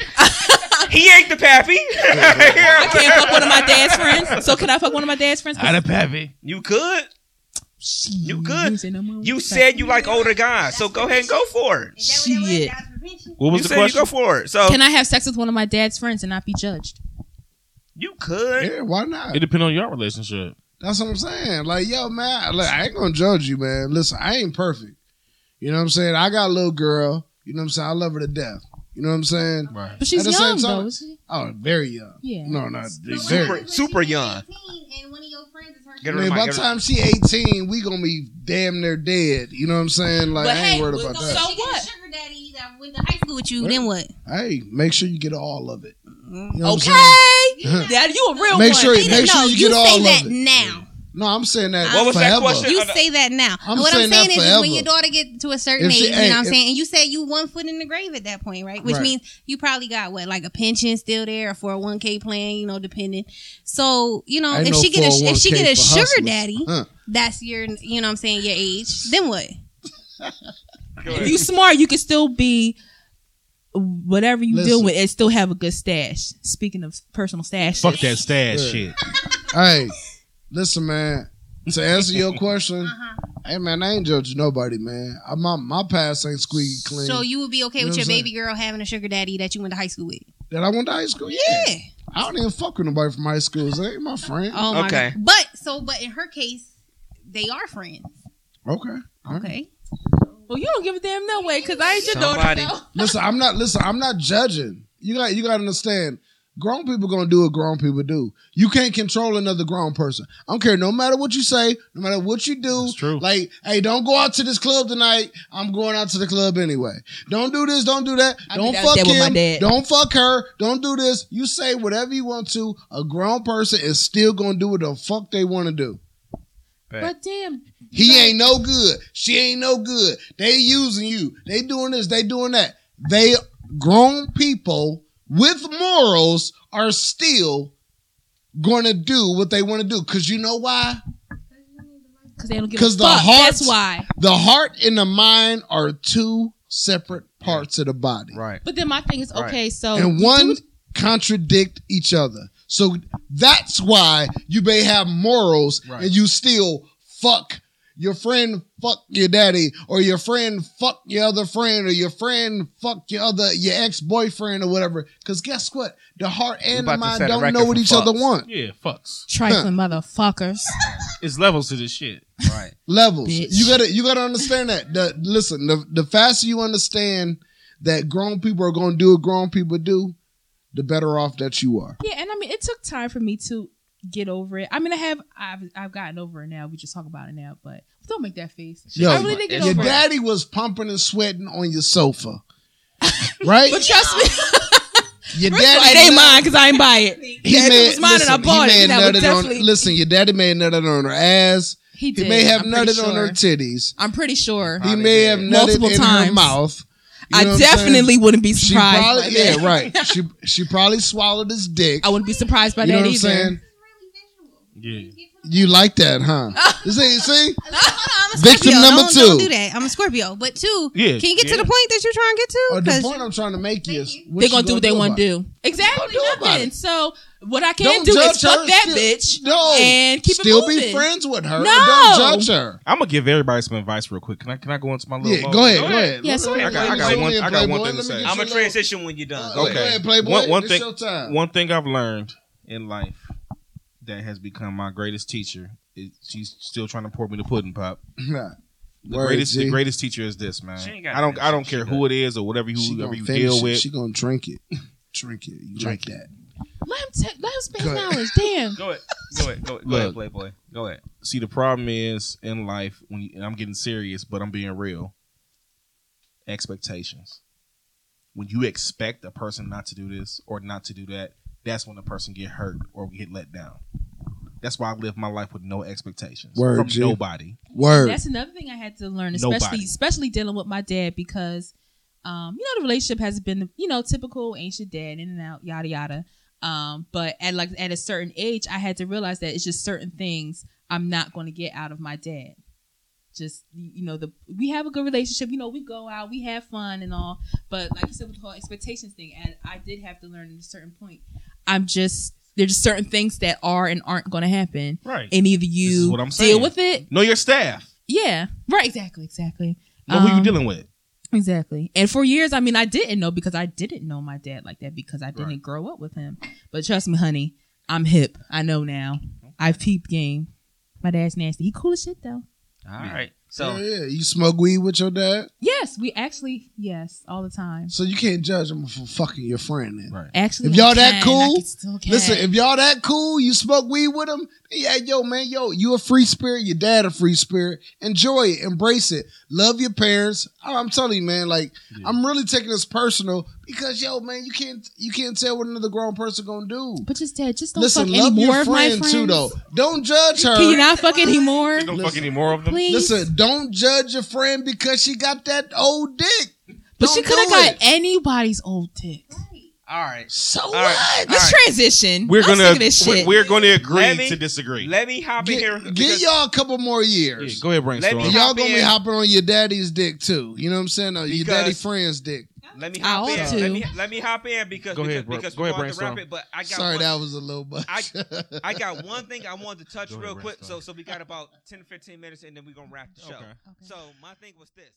he ain't the pappy. I can't fuck one of my dad's friends. So can I fuck one of my dad's friends? Out of Pappy. you could. You good? Shit. You said you like older guys, so go ahead and go for it. Shit. What was you the said question? you go for it. So Can I have sex with one of my dad's friends and not be judged? you could. Yeah, why not? it depends on your relationship. That's what I'm saying. Like, yo, man, like, I ain't gonna judge you, man. Listen, I ain't perfect. You know what I'm saying? I got a little girl. You know what I'm saying? I love her to death. You know what I'm saying? But she's At the same young time- though. isn't she? Oh, very young. Yeah. No, not very. Super, super young. Get her Man, a by mic, the get her- time she 18, we gonna be damn near dead. You know what I'm saying? Like, But I ain't hey, worried we about gonna that. go- So what? Sugar daddy that went to high school with you, then what? hey, make sure you get all of it. You know what I'm saying? Okay, Dad, you a real Make one. sure- He didn't make sure know. you get all say of that it. now. No, I'm saying that. What was that forever. question? You I know- say that now. I'm what I'm saying that saying is, is when forever. your daughter get to a certain If she- age, hey, you know what I'm if- saying? And you say you one foot in the grave at that point, right? Which Right. means you probably got what, like a pension still there or for a oh one K plan, you know, depending. So, you know, Ain't if no she get a if she 401k get a for sugar hustlers. daddy, Huh. that's your you know what I'm saying, your age, then what? If you smart, you can still be whatever you Listen. do with and still have a good stash. Speaking of personal stash, Fuck that stash shit. Hey, listen, man. To answer your question, Uh-huh. hey man, I ain't judging nobody, man. I, my my past ain't squeaky clean. So you would be okay You know with what your I'm baby girl having a sugar daddy that you went to high school with? that I went to high school. Yeah. Yeah. I don't even fuck with nobody from high school. They ain't my friend. Oh my Okay. god. But so but in her case, they are friends. Okay. All right. Okay. well, you don't give a damn no way because I ain't your Somebody- daughter. Listen, I'm not. Listen, I'm not judging. You got. You got to understand. Grown people gonna do what grown people do. You can't control another grown person. I don't care. No matter what you say, no matter what you do. That's true. Like, hey, don't go out to this club tonight. I'm going out to the club anyway. Don't do this. Don't do that. I don't did that fuck with my him. dad. Don't fuck her. Don't do this. You say whatever you want to. A grown person is still gonna do what the fuck they want to do. But damn, He ain't no good. She ain't no good. They using you. They doing this. They doing that. They grown people with morals are still going to do what they want to do. Cause you know why? because they don't give a Cause fuck. the heart- That's why. The heart and the mind are two separate parts of the body, Right. But then my thing is, okay, so and Oh, you one do- contradict each other. So that's why you may have morals and you still fuck your friend fuck your daddy or your friend fuck your other friend or your friend fuck your other your ex-boyfriend or whatever because guess what the heart and about the to mind set a don't record know what for each fucks. other want Yeah, fucks. trifling motherfuckers. It's levels to this shit. Right. levels Bitch. you gotta you gotta understand that the, listen the, the faster you understand that grown people are gonna do what grown people do the better off that you are Yeah, and I mean, it took time for me to get over it. I mean, I have, I've, I've gotten over it now. We just talk about it now, but don't make that face. Yo, I really didn't get your over it. daddy was pumping and sweating on your sofa, right? But trust me, first your of all, daddy, it ain't mine because I ain't buy it. He If it may, was mine and I listen, bought he it, may then I have would nutted definitely- on. Listen, your daddy may have nutted on her ass. He He did. may have I'm pretty nutted on her sure. titties. I'm pretty sure. He may have nutted Multiple in her times. mouth. You know I what I'm saying? definitely wouldn't be She surprised. probably, by yeah, that. right. She she probably swallowed his dick. I wouldn't be surprised by you know that what I'm either. saying? Yeah. You like that, huh? You see, see? Hold on, I'm a Victim Scorpio. number don't, two. Don't do that. I'm a Scorpio. But two, Yeah, can you get yeah. to the point that you're trying to get to? Or Uh, the 'Cause point I'm trying to make is what They're you gonna do what they want about it? to do. Exactly Don't do about nothing. it. So what I can Don't do is judge her. fuck that Still- bitch No, and keep still it moving. be friends with her. No. Don't judge her. I'm gonna give everybody some advice real quick. Can I can I go into my little Yeah, mode? go ahead, go ahead. Yeah, so- I got- I got one- I got one thing to say. I'm gonna transition when you're done. Okay, Okay. go ahead, Playboy. One- one it's thing- your time. One thing I've learned in life that has become my greatest teacher is she's still trying to pour me the pudding pop. Nah. The Word, greatest G. the greatest teacher is this, man. She ain't got I don't that I don't shit. care She who it is or whatever you She whoever gonna you finish deal it. with. She gonna drink it. Drink it. You like that? Let him, ta- let him spend his Go ahead. knowledge. Damn. Go ahead. Go ahead. Go ahead. Go Look. ahead, Playboy. Go ahead. See the problem is in life when you, and I'm getting serious, but I'm being real. Expectations. When you expect a person not to do this or not to do that, that's when the person get hurt or get let down. That's why I live my life with no expectations Word, from G. nobody. Word. That's another thing I had to learn, especially Nobody. especially dealing with my dad because, um, you know, the relationship has been you know typical ancient dad in and out yada yada. Um, but at like at a certain age, I had to realize that it's just certain things I'm not going to get out of my dad. Just you know, the we have a good relationship. You know, we go out, we have fun and all. But like you said, with the whole expectations thing, and I did have to learn at a certain point. I'm just there's just certain things that are and aren't going to happen, Right. and either is you what I'm deal saying. with it, Know your staff. yeah, right, exactly, exactly. Know who Um, you dealing with. Exactly. And for years, I mean, I didn't know because I didn't know my dad like that because I didn't Right. grow up with him. But trust me, honey, I'm hip. I know now. I've peeped game. My dad's nasty. He cool as shit though. All right. So yeah, you smoke weed with your dad, Yes, we actually yes all the time. so you can't judge him for fucking your friend. Then. Right. Actually, If y'all I that can, cool, I can still can. Listen, if y'all that cool, you smoke weed with him. Yeah, yo, man, yo, you a free spirit. Your dad a free spirit. Enjoy it, embrace it. Love your parents. I- I'm telling you, man. Like, I'm really taking this personal because, yo, man, you can't you can't tell what another grown person gonna do. but just dad, just don't Listen, fuck any love more your of my friend friends. too, though. Don't judge her. Can you not fuck anymore? Don't Listen. fuck any more of them. Please. Listen, don't judge your friend because she got that old dick. but she don't could have do got it. anybody's old dick. all right. So All right. what? Let's transition. We're I'm gonna sick of this shit. we're gonna agree Let me- to disagree. Let me hop in here. Get, get because- y'all a couple more years. Yeah, go ahead, brainstorm. Let me- And y'all Hop gonna be in. hopping on your daddy's dick too. You know what I'm saying? Or your daddy Because- friend's dick. Let me I hop ought in. to. Let me, let me hop in because Go because, ahead, bro. because Go we're ahead, going to wrap brainstorm. it. But I got Sorry, one, that was a little much. I- I got one thing I wanted to touch Go ahead, real quick. So Brainstorm. so we got about 10 to 15 minutes and then we're going to wrap the show. Okay. So my thing was this.